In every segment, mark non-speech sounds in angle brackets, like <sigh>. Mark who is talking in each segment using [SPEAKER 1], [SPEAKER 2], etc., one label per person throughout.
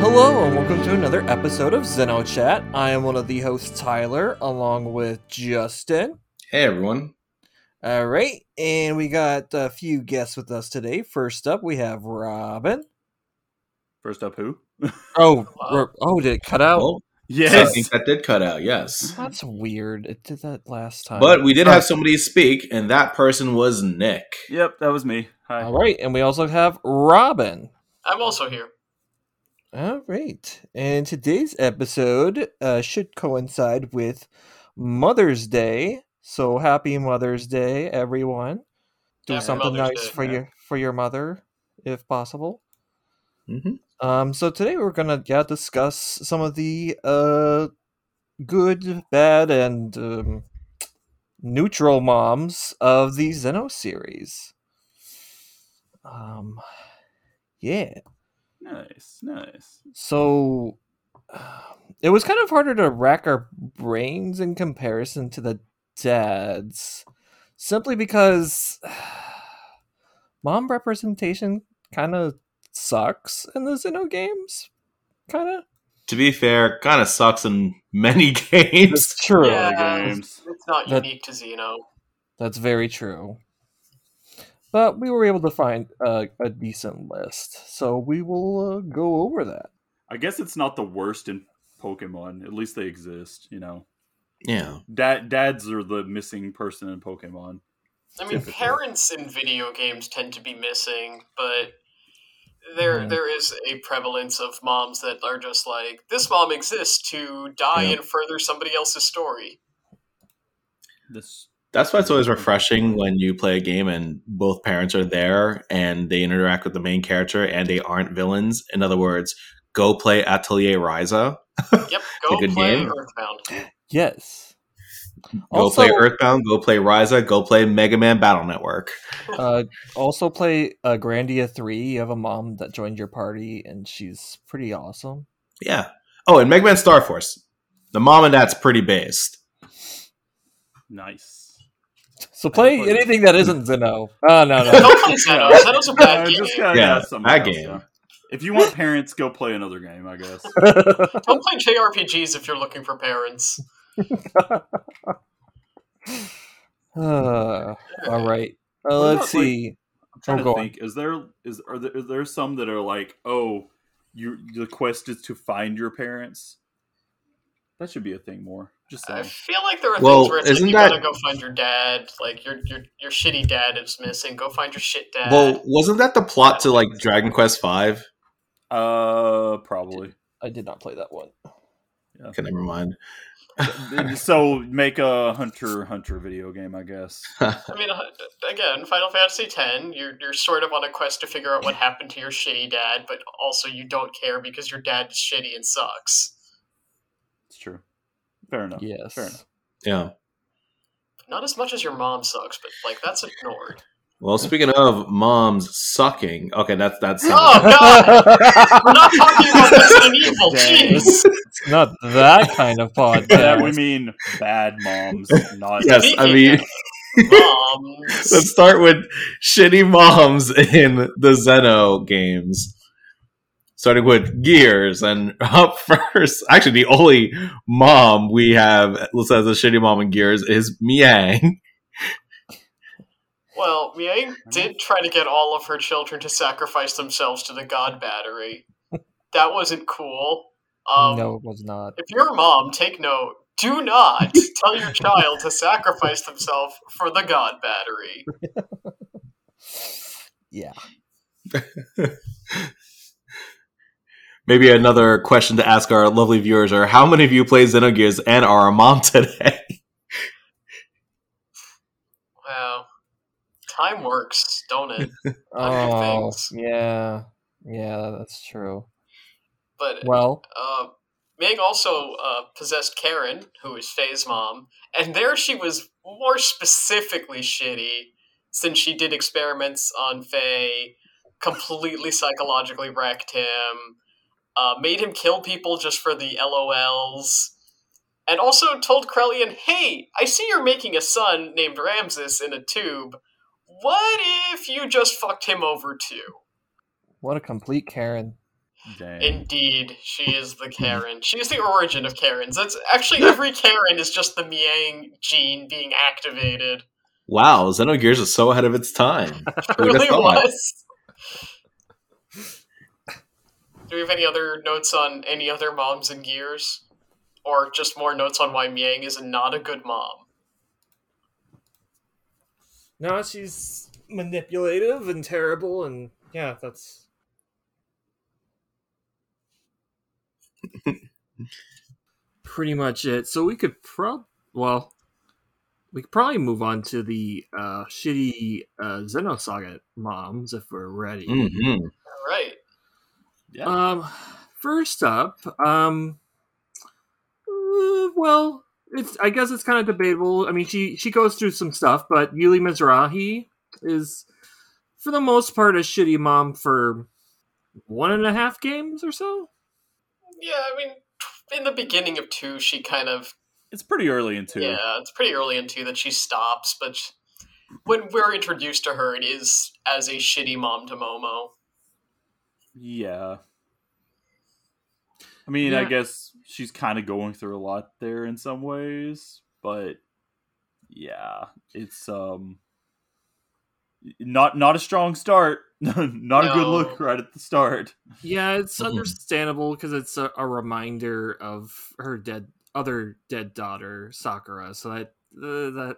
[SPEAKER 1] Hello, and welcome to another episode of XenoChat. I am one of the hosts, Tyler, along with Justin.
[SPEAKER 2] Hey everyone.
[SPEAKER 1] All right, and we got a few guests with us today. First up, we have Robin.
[SPEAKER 3] First up, who?
[SPEAKER 1] Oh, we're- oh, did it cut out?
[SPEAKER 2] Oh, I
[SPEAKER 3] Yes.
[SPEAKER 2] think that did cut out, yes.
[SPEAKER 1] That's weird. It did that last time.
[SPEAKER 2] But we did have somebody speak, and that person was Nick.
[SPEAKER 3] Yep, that was me. Hi.
[SPEAKER 1] all right, and we also have Robin.
[SPEAKER 4] I'm also here.
[SPEAKER 1] All right. And today's episode uh, should coincide with Mother's Day. So happy Mother's Day, everyone. Do
[SPEAKER 4] Happy
[SPEAKER 1] something
[SPEAKER 4] Mother's
[SPEAKER 1] nice
[SPEAKER 4] Day.
[SPEAKER 1] for
[SPEAKER 3] Yeah.
[SPEAKER 1] your for your mother if possible.
[SPEAKER 2] Mhm.
[SPEAKER 1] Um so today we're going to yeah discuss some of the uh good, bad and um, neutral moms of the Xeno series. Um yeah.
[SPEAKER 3] Nice, nice.
[SPEAKER 1] So <sighs> uh, it was kind of harder to rack our brains in comparison to the dads, simply because <sighs> mom representation kind of sucks in the Zeno games. Kind of.
[SPEAKER 2] To be fair, kind of sucks in many <laughs> games.
[SPEAKER 1] true.
[SPEAKER 3] All the
[SPEAKER 4] Yeah.
[SPEAKER 3] games.
[SPEAKER 4] It's not
[SPEAKER 1] That-
[SPEAKER 4] unique to Xeno.
[SPEAKER 1] That's very true. But we were able to find uh, a decent list, so we will uh, go over that.
[SPEAKER 3] I guess it's not the worst in Pokemon. At least they exist, you know.
[SPEAKER 2] Yeah.
[SPEAKER 3] Dad, dads are the missing person in Pokemon.
[SPEAKER 4] I mean,
[SPEAKER 3] Typically.
[SPEAKER 4] parents in video games tend to be missing, but there
[SPEAKER 1] Mhm.
[SPEAKER 4] there is a prevalence of moms that are just like this mom exists to die
[SPEAKER 2] Yeah.
[SPEAKER 4] and further somebody else's story.
[SPEAKER 2] <laughs>
[SPEAKER 3] This
[SPEAKER 2] That's why it's always refreshing when you play a game and both parents are there and they interact with the main character and they aren't villains. In other words, go play Atelier Ryza,
[SPEAKER 4] Yep, go
[SPEAKER 2] a good
[SPEAKER 4] play
[SPEAKER 2] game.
[SPEAKER 4] Earthbound.
[SPEAKER 1] Yes.
[SPEAKER 2] go play Earthbound, go play Ryza, go play Mega Man Battle Network.
[SPEAKER 1] uh, also play uh, Grandia 3. You have a mom that joined your party, and she's pretty awesome.
[SPEAKER 2] Yeah. Oh, and Mega Man Star Force. The mom and dad's pretty based.
[SPEAKER 3] nice.
[SPEAKER 1] So play
[SPEAKER 3] play-
[SPEAKER 1] anything that isn't Zeno.
[SPEAKER 3] <laughs>
[SPEAKER 1] Oh, no, no.
[SPEAKER 4] Don't play Xeno. Xeno's a
[SPEAKER 3] Uh,
[SPEAKER 4] bad game.
[SPEAKER 3] just gotta
[SPEAKER 2] Yeah,
[SPEAKER 3] have something
[SPEAKER 2] that
[SPEAKER 3] else,
[SPEAKER 2] game.
[SPEAKER 3] yeah. If you want parents, go play another game. I guess. <laughs>
[SPEAKER 4] Don't play JRPGs if you're looking for parents.
[SPEAKER 1] <laughs> Uh, all right. Uh, let's
[SPEAKER 3] What about, like-
[SPEAKER 1] see.
[SPEAKER 3] I'm trying
[SPEAKER 1] Oh,
[SPEAKER 3] to
[SPEAKER 1] go on.
[SPEAKER 3] think. Is there is are there, are there some that are like, oh, you the quest is to find your parents? That should be a thing more. Just
[SPEAKER 4] I
[SPEAKER 3] saying.
[SPEAKER 4] feel like there are
[SPEAKER 2] Well,
[SPEAKER 4] things where it's like
[SPEAKER 2] isn't
[SPEAKER 4] you
[SPEAKER 2] that-
[SPEAKER 4] gotta go find your dad. Like your your your shitty dad is missing. Go find your shit dad.
[SPEAKER 2] Well, wasn't that the plot to like Dragon Quest Five?
[SPEAKER 3] Uh, probably.
[SPEAKER 1] I did not play that one.
[SPEAKER 2] Okay, never mind. <laughs>
[SPEAKER 3] so make a hunter hunter video game, I guess.
[SPEAKER 4] I mean, uh, again, Final Fantasy X, you're, you're sort of on a quest to figure out what happened to your shitty dad, but also you don't care because your dad is shitty and sucks.
[SPEAKER 3] It's true. Oh, Fair enough.
[SPEAKER 1] yes. <laughs>
[SPEAKER 3] Fair enough.
[SPEAKER 2] Yeah.
[SPEAKER 4] Not as much as your mom sucks, but like that's
[SPEAKER 2] <laughs>
[SPEAKER 4] ignored.
[SPEAKER 2] Well, speaking of moms sucking, okay, that's that's
[SPEAKER 4] Oh god, we're not talking about Resident
[SPEAKER 2] <laughs>
[SPEAKER 4] Evil.
[SPEAKER 3] Dang.
[SPEAKER 4] Jeez,
[SPEAKER 1] It's not that kind of
[SPEAKER 3] By that we
[SPEAKER 1] podcast.
[SPEAKER 3] mean bad moms, not
[SPEAKER 2] yes. I mean, <laughs> let's
[SPEAKER 4] moms.
[SPEAKER 2] start with shitty moms <laughs> in the Zeno games, starting with Gears and <laughs> up first. Actually, the only mom we have listed as a shitty mom in Gears is Miang. <laughs>
[SPEAKER 4] Well, Miang did try to get all of her children to sacrifice themselves to the God Battery. That wasn't cool. Um,
[SPEAKER 1] no, it was not.
[SPEAKER 4] If you're a mom, take note. Do not tell your child to sacrifice themselves for the God battery.
[SPEAKER 1] Yeah.
[SPEAKER 2] Maybe another question to ask our lovely viewers are: How many of you play Xenogears and are a mom <laughs> today?
[SPEAKER 4] Wow. Time works, don't it? Other
[SPEAKER 1] Oh,
[SPEAKER 4] things.
[SPEAKER 1] yeah. Yeah, that's true.
[SPEAKER 4] But
[SPEAKER 1] Well,
[SPEAKER 4] uh, Meg also uh, possessed Karen, who is Faye's mom, and there she was more specifically shitty since she did experiments on Faye, completely psychologically wrecked him, uh, made him kill people just for the LOLs, and also told Krellian, hey, I see you're making a son named Ramses in a tube. What if you just fucked him over too?
[SPEAKER 1] what a complete Karen.
[SPEAKER 3] Damn.
[SPEAKER 4] Indeed, she is the Karen. She is the origin of Karens. That's actually every Karen is just the Miang gene being activated. <laughs>
[SPEAKER 2] Wow, Xenogears is so ahead of its time.
[SPEAKER 4] It
[SPEAKER 2] Who'd have
[SPEAKER 4] really
[SPEAKER 2] thought?
[SPEAKER 4] was. Do we have any other notes on any other moms and gears? Or just more notes on why Miang is not a good mom?
[SPEAKER 1] No, she's manipulative and terrible, and yeah, that's <laughs> pretty much it. So we could prob well, we could probably move on to the uh, shitty uh, Xenosaga moms if we're ready.
[SPEAKER 2] Mhm.
[SPEAKER 4] All right.
[SPEAKER 3] Yeah.
[SPEAKER 1] Um, first up, um, uh, well, it's I guess it's kind of debatable. I mean, she she goes through some stuff, but Yuli Mizrahi is, for the most part, a shitty mom for one and a half games or so.
[SPEAKER 4] Yeah, I mean, in the beginning of two, she kind of
[SPEAKER 3] it's pretty early in two.
[SPEAKER 4] yeah, it's pretty early in two that she stops, but sh- when we're introduced to her, it is as a shitty mom to Momo.
[SPEAKER 3] Yeah. I mean, I
[SPEAKER 1] Yeah.
[SPEAKER 3] guess she's kind of going through a lot there in some ways, but yeah, it's um not not a strong start. <laughs> not a good
[SPEAKER 4] No.
[SPEAKER 3] look right at the start.
[SPEAKER 1] Yeah, it's
[SPEAKER 2] Mhm.
[SPEAKER 1] understandable because it's a, a reminder of her dead other dead daughter Sakura, so that uh, that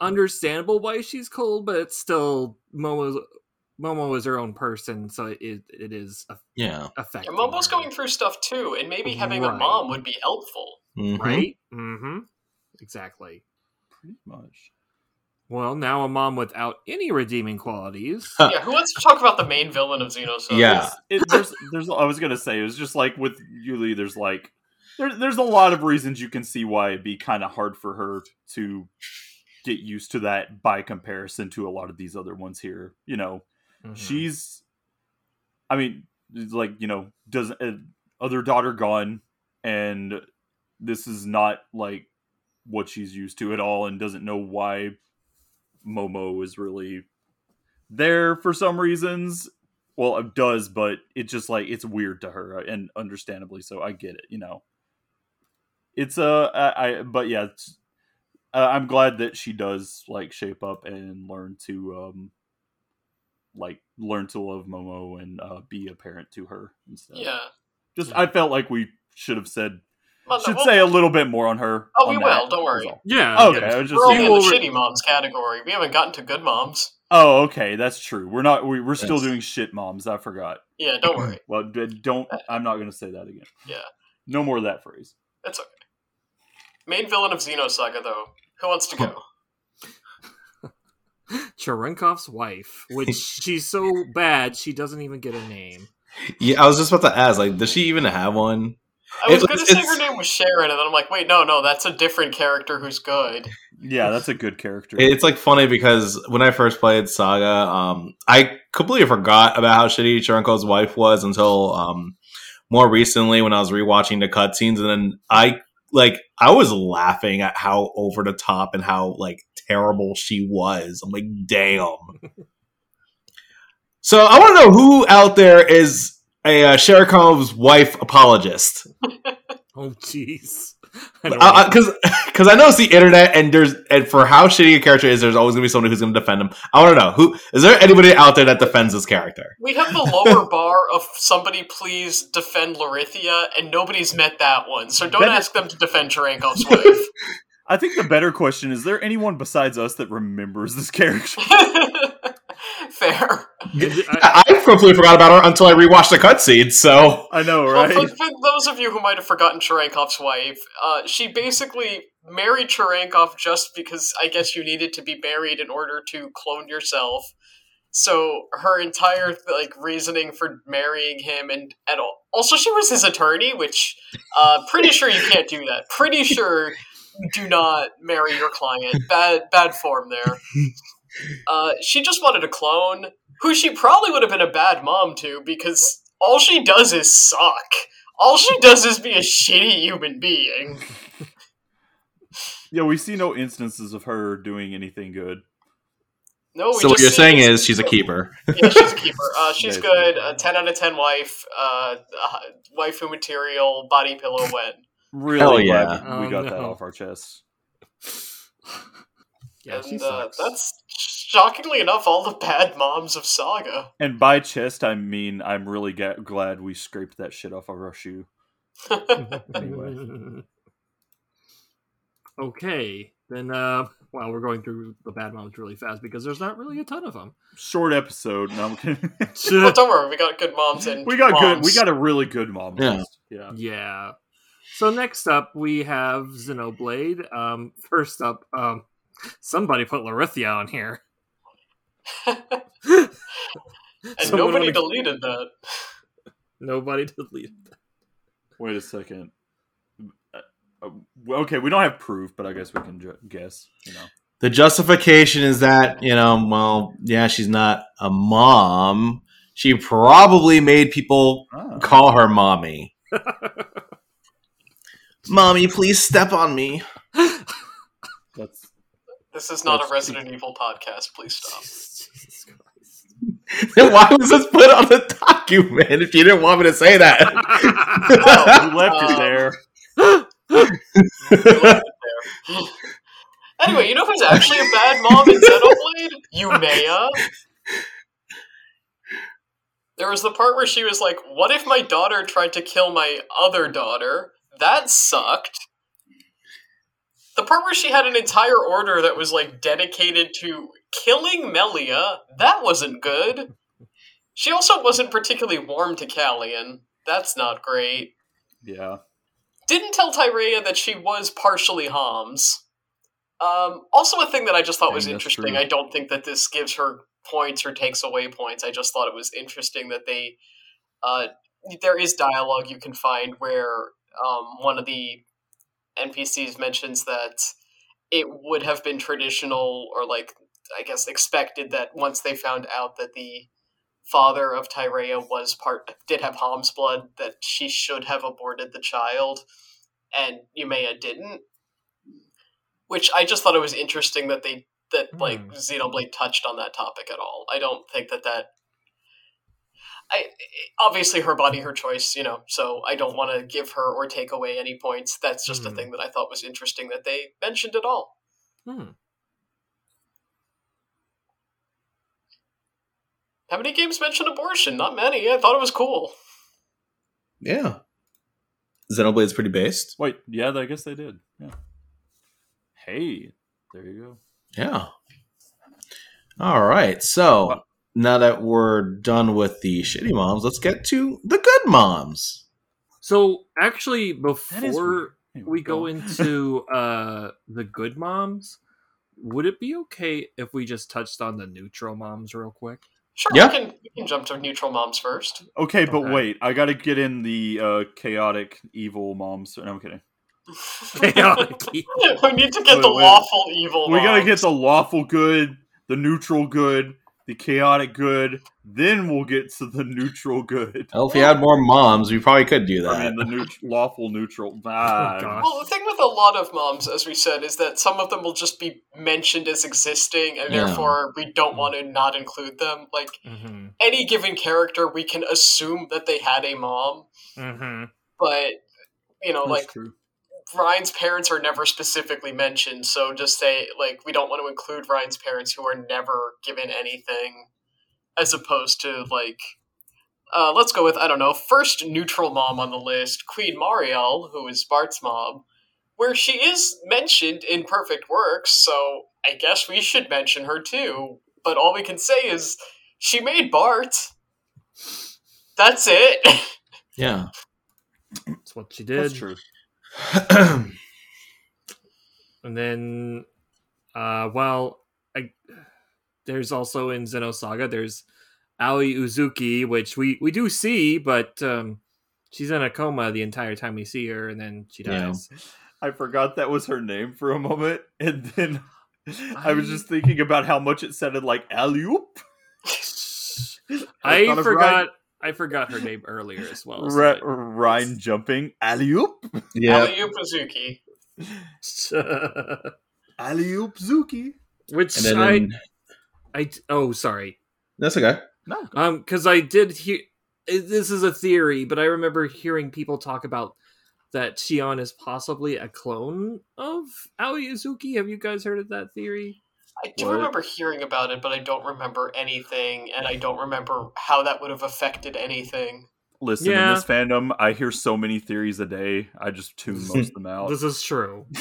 [SPEAKER 1] understandable why she's cold, but it's still Momo's Momo is her own person, so it it is a-
[SPEAKER 2] Yeah.
[SPEAKER 1] affecting.
[SPEAKER 4] And Momo's
[SPEAKER 1] her,
[SPEAKER 4] going through stuff too, and maybe having a
[SPEAKER 1] Right.
[SPEAKER 4] mom would be helpful.
[SPEAKER 2] Mhm.
[SPEAKER 1] right. Mm-hmm. Exactly.
[SPEAKER 3] Pretty much.
[SPEAKER 1] Well, now a mom without any redeeming qualities.
[SPEAKER 2] Huh.
[SPEAKER 4] yeah, who wants to talk about the main villain of Xenosaga?
[SPEAKER 2] Yeah.
[SPEAKER 3] It, there's there's I was gonna say it was just like with Yuli, there's like there, there's a lot of reasons you can see why it'd be kind of hard for her to get used to that by comparison to a lot of these other ones here. You know, she's i mean like you know does uh, other daughter gone and this is not like what she's used to at all and doesn't know why momo is really there for some reasons well it does but it's just like it's weird to her and understandably so i get it you know it's uh, I I- but yeah it's, uh, i'm glad that she does like shape up and learn to um like learn to love Momo and uh, be a parent to her and stuff.
[SPEAKER 4] Yeah.
[SPEAKER 3] Just
[SPEAKER 2] Hmm.
[SPEAKER 3] I felt like we should have said
[SPEAKER 4] Well, no,
[SPEAKER 3] should
[SPEAKER 4] we'll-
[SPEAKER 3] say a little bit more on her.
[SPEAKER 4] Oh,
[SPEAKER 3] on
[SPEAKER 4] we
[SPEAKER 3] that.
[SPEAKER 4] will, don't worry.
[SPEAKER 3] That's
[SPEAKER 1] yeah.
[SPEAKER 3] all.
[SPEAKER 4] Oh,
[SPEAKER 3] Okay, I was just
[SPEAKER 4] we're only
[SPEAKER 3] saying,
[SPEAKER 4] in the
[SPEAKER 1] People-
[SPEAKER 4] shitty moms category. We haven't gotten to good moms.
[SPEAKER 3] Oh, okay, that's true. We're not we, we're still
[SPEAKER 2] Yes.
[SPEAKER 3] doing shit moms. I forgot.
[SPEAKER 4] Yeah, don't worry.
[SPEAKER 3] Well, d- don't I'm not going to say that again.
[SPEAKER 4] Uh, Yeah.
[SPEAKER 3] No more of that phrase.
[SPEAKER 4] That's okay. Main villain of Xenosaga, though. Who wants to go?
[SPEAKER 1] Cherenkov's wife, which she's so bad she doesn't even get a name.
[SPEAKER 2] Yeah, I was just about to ask, like, does she even have one?
[SPEAKER 4] I was
[SPEAKER 2] It-
[SPEAKER 4] going to say
[SPEAKER 2] it's-
[SPEAKER 4] her name was Sharon, and then I'm like, wait, no, no, that's a different character who's good.
[SPEAKER 3] Yeah, that's a good character.
[SPEAKER 2] It's like funny because when I first played Saga, um, I completely forgot about how shitty Chirenko's wife was until um, more recently when I was rewatching the cutscenes, and then I like I was laughing at how over the top and how like terrible she was. I'm like, damn. so I want to know who out there is a uh, Sherikov's wife apologist
[SPEAKER 1] Oh, jeez. <laughs>
[SPEAKER 2] <laughs> because because uh, I noticed the internet and there's and for how shitty a character is, there's always gonna be somebody who's gonna defend him. I want to know who is there anybody out there that defends this character?
[SPEAKER 4] We have the lower bar of somebody please defend Larithia, and nobody's met that one, so don't
[SPEAKER 3] Better-
[SPEAKER 4] ask them to defend Cherenkov's wife.
[SPEAKER 3] I think the better question is there anyone besides us that remembers this <laughs> character?
[SPEAKER 4] <laughs> Fair.
[SPEAKER 2] I, I completely forgot about her until I rewatched the cutscene. So
[SPEAKER 3] I
[SPEAKER 4] <laughs>
[SPEAKER 3] know,
[SPEAKER 4] Well,
[SPEAKER 3] right?
[SPEAKER 4] for, for those of you who might have forgotten Cherenkov's wife, uh, she basically married Cherenkov just because I guess you needed to be married in order to clone yourself. So her entire like reasoning for marrying him and at all. Also, she was his attorney, which uh, pretty sure you can't do that. Pretty sure you do not marry your client. Bad bad form there. Uh, she just wanted a clone who she probably would have been a bad mom to because all she does is suck. All she does is be a shitty human being.
[SPEAKER 3] Yeah, we see no instances of her doing anything good.
[SPEAKER 4] No, we
[SPEAKER 2] so what
[SPEAKER 4] Oh, just
[SPEAKER 2] you're
[SPEAKER 4] see-
[SPEAKER 2] saying is she's a keeper.
[SPEAKER 4] yeah, she's a keeper. Uh, she's
[SPEAKER 3] Nice.
[SPEAKER 4] good. A ten out of ten wife. Uh, uh, waifu material. Body pillow. When
[SPEAKER 3] Really
[SPEAKER 2] Hell
[SPEAKER 3] glad
[SPEAKER 2] yeah.
[SPEAKER 3] we
[SPEAKER 5] Oh,
[SPEAKER 3] got
[SPEAKER 5] no.
[SPEAKER 3] that off our chests.
[SPEAKER 1] <laughs> Yeah, she
[SPEAKER 4] and uh,
[SPEAKER 1] sucks. <laughs>
[SPEAKER 4] that's shockingly enough all the bad moms of Saga.
[SPEAKER 3] And by chest, I mean I'm really ga- glad we scraped that shit off of our shoe. Anyway.
[SPEAKER 1] okay, then. Uh, wow, we're going through the bad moms really fast because there's not really a ton of
[SPEAKER 4] <laughs>
[SPEAKER 1] them.
[SPEAKER 3] Short episode. No, I'm kidding. <laughs>
[SPEAKER 4] But don't worry, we got good moms and
[SPEAKER 3] we got good.
[SPEAKER 4] moms. <laughs>
[SPEAKER 3] We got <laughs> a really good mom
[SPEAKER 2] Yeah.
[SPEAKER 3] list. Yeah.
[SPEAKER 1] yeah. So next up, we have Xenoblade. Um, first up, um, somebody put Larithia on
[SPEAKER 4] <laughs>
[SPEAKER 1] here.
[SPEAKER 4] and
[SPEAKER 1] Someone
[SPEAKER 4] nobody
[SPEAKER 1] wanna-
[SPEAKER 4] deleted that.
[SPEAKER 1] nobody deleted.
[SPEAKER 3] Wait a second. Uh, uh, Okay, we don't have proof, but I guess we can ju- guess. You know,
[SPEAKER 2] The justification is that, you know, well, yeah, she's not a mom. She probably made people
[SPEAKER 3] Ah.
[SPEAKER 2] call her mommy. mommy, please step on me.
[SPEAKER 3] <laughs> that's
[SPEAKER 4] This is not
[SPEAKER 3] That's-
[SPEAKER 4] a Resident Evil podcast. Please stop.
[SPEAKER 1] Jesus, <laughs> Jesus Christ.
[SPEAKER 2] Then why was this put on the document if you didn't want me to
[SPEAKER 1] <laughs>
[SPEAKER 2] say that?
[SPEAKER 4] Oh,
[SPEAKER 3] you left it
[SPEAKER 4] Um,
[SPEAKER 3] there.
[SPEAKER 4] you left it there. anyway, you know who's actually a bad mom in Xenoblade? Umea. There was the part where she was like, "What if my daughter tried to kill my other daughter? That sucked." The part where she had an entire order that was like dedicated to killing Melia, that wasn't good. She also wasn't particularly warm to Callian. That's not great
[SPEAKER 3] Yeah.
[SPEAKER 4] didn't tell Tyrea that she was partially Homs. Um, also, a thing that I just thought
[SPEAKER 3] Dang,
[SPEAKER 4] was
[SPEAKER 3] that's
[SPEAKER 4] interesting.
[SPEAKER 3] true.
[SPEAKER 4] I don't think that this gives her points or takes away points. I just thought it was interesting that they uh, there is dialogue you can find where um, one of the NPCs mentions that it would have been traditional or like I guess expected that once they found out that the father of Tyrea was part did have Hom's blood that she should have aborted the child and Umea didn't. Which I just thought it was interesting that they that like
[SPEAKER 5] Hmm.
[SPEAKER 4] Xenoblade touched on that topic at all. I don't think that that I obviously her body her choice, you know. So I don't want to give her or take away any points. That's just a
[SPEAKER 5] Hmm.
[SPEAKER 4] thing that I thought was interesting that they mentioned at all.
[SPEAKER 1] Hmm.
[SPEAKER 4] How many games mention abortion? Not many. I thought it was cool.
[SPEAKER 2] Yeah. Xenoblade's pretty based.
[SPEAKER 3] Wait. Yeah. I guess they did. Yeah. Hey, there you go.
[SPEAKER 2] Yeah. All right. So now that we're done with the shitty moms, let's get to the good moms.
[SPEAKER 1] So actually,
[SPEAKER 3] That is
[SPEAKER 1] before
[SPEAKER 3] weird. Anyway,
[SPEAKER 1] we go <laughs>
[SPEAKER 3] on.
[SPEAKER 1] into uh the good moms would it be okay if we just touched on the neutral moms real quick <laughs>
[SPEAKER 4] Sure,
[SPEAKER 2] Yeah.
[SPEAKER 4] we, can, we can jump to neutral
[SPEAKER 3] <laughs>
[SPEAKER 4] moms first.
[SPEAKER 3] <laughs> Okay, but
[SPEAKER 1] Okay.
[SPEAKER 3] wait. I got to get in the uh, chaotic evil moms. No, I'm kidding.
[SPEAKER 1] chaotic
[SPEAKER 4] <laughs> we need to get
[SPEAKER 3] Wait,
[SPEAKER 4] the
[SPEAKER 3] wait.
[SPEAKER 4] lawful evil.
[SPEAKER 3] We got to
[SPEAKER 4] moms.
[SPEAKER 3] get the lawful good, the neutral good, the chaotic good. Then we'll get to the neutral good.
[SPEAKER 2] Well, if we had more moms, we probably could do
[SPEAKER 3] I
[SPEAKER 2] that.
[SPEAKER 3] mean, the neut- lawful neutral. Ah,
[SPEAKER 1] Oh, God.
[SPEAKER 4] Well, the thing with a lot of moms, as we said, is that some of them will just be mentioned as existing, and
[SPEAKER 2] Yeah.
[SPEAKER 4] therefore we don't want to not include them. Like
[SPEAKER 5] Mm-hmm.
[SPEAKER 4] any given character, we can assume that they had a mom,
[SPEAKER 5] Mm-hmm.
[SPEAKER 4] but you know,
[SPEAKER 3] that's
[SPEAKER 4] Oh, like
[SPEAKER 3] true.
[SPEAKER 4] Ryan's parents are never specifically mentioned, so just say like we don't want to include Ryan's parents who are never given anything, as opposed to like, uh, let's go with I don't know first neutral mom on the list, Queen Mariel, who is Bart's mom, where she is mentioned in Perfect Works, so I guess we should mention her too. But all we can say is she made Bart. That's it.
[SPEAKER 2] Yeah. <clears throat>
[SPEAKER 1] that's what she did
[SPEAKER 3] That's true.
[SPEAKER 1] and then uh well I, there's also in xenosaga there's ali uzuki which we we do see but um she's in a coma the entire time we see her and then she <laughs>
[SPEAKER 2] Yeah.
[SPEAKER 1] dies
[SPEAKER 3] I forgot that was her name for a moment, <laughs> and then I was just thinking about how much it sounded like alley oop.
[SPEAKER 1] i
[SPEAKER 3] thought of
[SPEAKER 1] forgot i forgot her name earlier as well so
[SPEAKER 3] Ryan, Ri- Ryan jumping alley oop,
[SPEAKER 4] <laughs>
[SPEAKER 2] yeah.
[SPEAKER 4] Aliyu Pazuki.
[SPEAKER 1] <laughs> it's-
[SPEAKER 3] alley oop Zuki.
[SPEAKER 1] Which
[SPEAKER 2] And then
[SPEAKER 1] I
[SPEAKER 2] in
[SPEAKER 1] I d- oh sorry.
[SPEAKER 2] That's okay.
[SPEAKER 3] No,
[SPEAKER 1] Um, because I did hear this is a theory, but I remember hearing people talk about that Shion is possibly a clone of Aoi Uzuki. Have you guys heard of that theory?
[SPEAKER 4] I do
[SPEAKER 3] What?
[SPEAKER 4] remember hearing about it, but I don't remember anything, and I don't remember how that would have affected anything.
[SPEAKER 3] listen
[SPEAKER 1] Yeah.
[SPEAKER 3] in this fandom, I hear so many theories a day. I just tune most of them out.
[SPEAKER 1] This is true.
[SPEAKER 3] <laughs>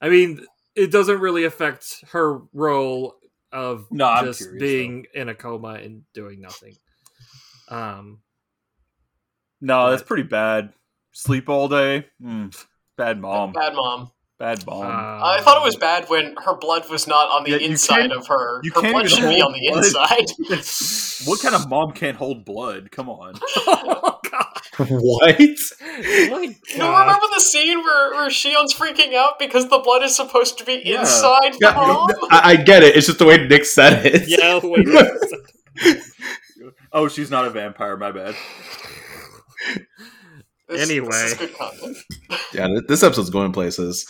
[SPEAKER 1] I mean, it doesn't really affect her role of
[SPEAKER 3] no, I'm
[SPEAKER 1] just
[SPEAKER 3] curious,
[SPEAKER 1] being in a coma and doing nothing. Um,
[SPEAKER 3] though. No, that's pretty bad. Sleep all day. Mm, bad mom.
[SPEAKER 4] Bad mom.
[SPEAKER 3] Bad mom.
[SPEAKER 1] uh,
[SPEAKER 4] I thought it was bad when her blood was not on the
[SPEAKER 3] um, Yeah, you
[SPEAKER 4] inside
[SPEAKER 3] can't-
[SPEAKER 4] of her.
[SPEAKER 3] you
[SPEAKER 4] Her
[SPEAKER 3] can't
[SPEAKER 4] blood
[SPEAKER 3] even
[SPEAKER 4] should be
[SPEAKER 3] hold
[SPEAKER 4] on the
[SPEAKER 3] blood. <laughs>
[SPEAKER 4] inside.
[SPEAKER 3] <laughs>
[SPEAKER 4] <laughs>
[SPEAKER 3] what kind of mom can't hold blood? Come on.
[SPEAKER 1] <laughs> oh
[SPEAKER 4] <laughs>
[SPEAKER 1] god!
[SPEAKER 2] what?
[SPEAKER 1] My
[SPEAKER 4] You
[SPEAKER 1] god.
[SPEAKER 4] remember the scene where, where Shion's freaking out because the blood is supposed to be
[SPEAKER 3] Yeah.
[SPEAKER 4] inside
[SPEAKER 2] Yeah,
[SPEAKER 3] <laughs>
[SPEAKER 4] the mom?
[SPEAKER 2] I, I get it. It's just the way Nick said it. <laughs>
[SPEAKER 1] Yeah, wait. a second.
[SPEAKER 3] Oh, she's not a vampire. My bad.
[SPEAKER 4] This-
[SPEAKER 1] Anyway.
[SPEAKER 4] This is good content.
[SPEAKER 2] Yeah, th- this episode's going places.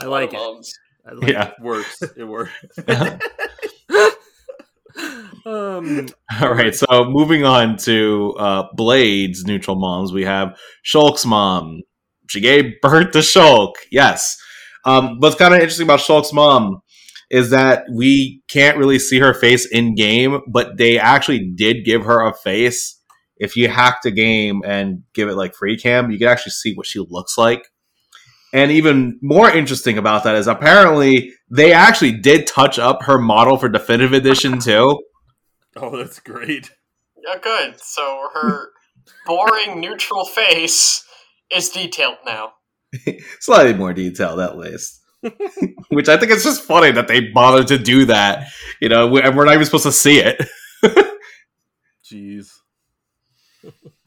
[SPEAKER 1] I like it.
[SPEAKER 4] Moms.
[SPEAKER 1] I <laughs> like
[SPEAKER 2] yeah.
[SPEAKER 3] Works. It works. <laughs>
[SPEAKER 1] it. <laughs> Um,
[SPEAKER 2] <laughs> All right. So moving on to uh, Blade's neutral moms, we have Shulk's mom. She gave birth to Shulk. Yes. Um, what's kind of interesting about Shulk's mom is that we can't really see her face in game, but they actually did give her a face. If you hack the game and give it like free cam, you can actually see what she looks like. And even more interesting about that is apparently they actually did touch up her model for Definitive Edition too.
[SPEAKER 3] Oh, that's great.
[SPEAKER 4] Yeah, good. So her boring neutral face is detailed now.
[SPEAKER 2] slightly more detailed at least. <laughs> Which I think it's just funny that they bothered to do that, you know, we- and we're not even supposed to see it.
[SPEAKER 3] Jeez.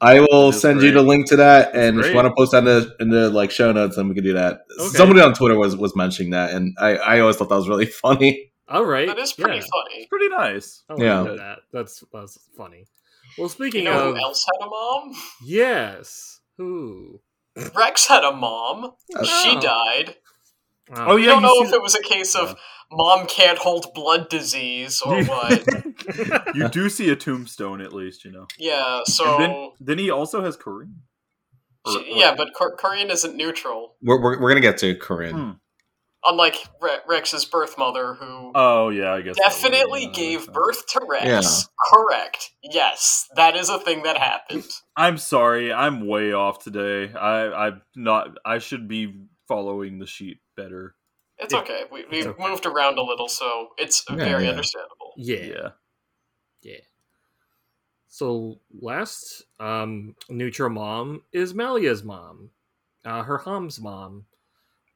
[SPEAKER 2] I will
[SPEAKER 3] That's
[SPEAKER 2] send you
[SPEAKER 3] great.
[SPEAKER 2] the link to that, and if
[SPEAKER 1] great.
[SPEAKER 2] you want to post that in the, in the like show notes, then we can do that.
[SPEAKER 1] Okay.
[SPEAKER 2] Somebody on Twitter was was mentioning that, and I I always thought that was really <laughs> funny.
[SPEAKER 1] all right.
[SPEAKER 4] That is pretty
[SPEAKER 1] yeah. Oh,
[SPEAKER 4] funny.
[SPEAKER 3] Pretty nice.
[SPEAKER 1] I
[SPEAKER 2] Yeah.
[SPEAKER 1] like that. That's that's funny. Well,
[SPEAKER 4] You
[SPEAKER 1] speaking
[SPEAKER 4] know
[SPEAKER 1] of
[SPEAKER 4] who else had a mom?
[SPEAKER 1] yes, who?
[SPEAKER 4] Rex had a mom. She
[SPEAKER 1] Oh.
[SPEAKER 4] died.
[SPEAKER 1] Wow.
[SPEAKER 3] Oh
[SPEAKER 4] We
[SPEAKER 3] yeah.
[SPEAKER 4] don't
[SPEAKER 3] you
[SPEAKER 4] know
[SPEAKER 3] see
[SPEAKER 4] if
[SPEAKER 3] the-
[SPEAKER 4] it was a case of mom can't hold blood disease or what.
[SPEAKER 3] you do see a tombstone at least, you know.
[SPEAKER 4] Yeah,
[SPEAKER 3] And then,
[SPEAKER 4] so.
[SPEAKER 3] then he also has Korean. Or-
[SPEAKER 4] she- yeah, but Cor- Korean isn't neutral.
[SPEAKER 2] We're, we're, we're gonna get to Corinne.
[SPEAKER 3] Hmm.
[SPEAKER 4] Unlike Re- Rex's birth mother, who
[SPEAKER 3] Oh yeah, I guess that would've
[SPEAKER 4] definitely
[SPEAKER 3] been another
[SPEAKER 4] gave
[SPEAKER 3] thing.
[SPEAKER 4] birth to Rex.
[SPEAKER 2] Yeah.
[SPEAKER 4] Correct. Yes, that is a thing that happened.
[SPEAKER 3] I'm sorry, I'm way off today. I I'm not. I should be following the sheet better.
[SPEAKER 4] It's
[SPEAKER 1] It-
[SPEAKER 4] okay. We, we
[SPEAKER 1] it's okay.
[SPEAKER 4] moved around a little, so it's
[SPEAKER 2] Yeah,
[SPEAKER 4] very
[SPEAKER 2] yeah.
[SPEAKER 4] understandable.
[SPEAKER 1] Yeah. So last um neutral mom is Malia's mom. Uh her Hom's mom,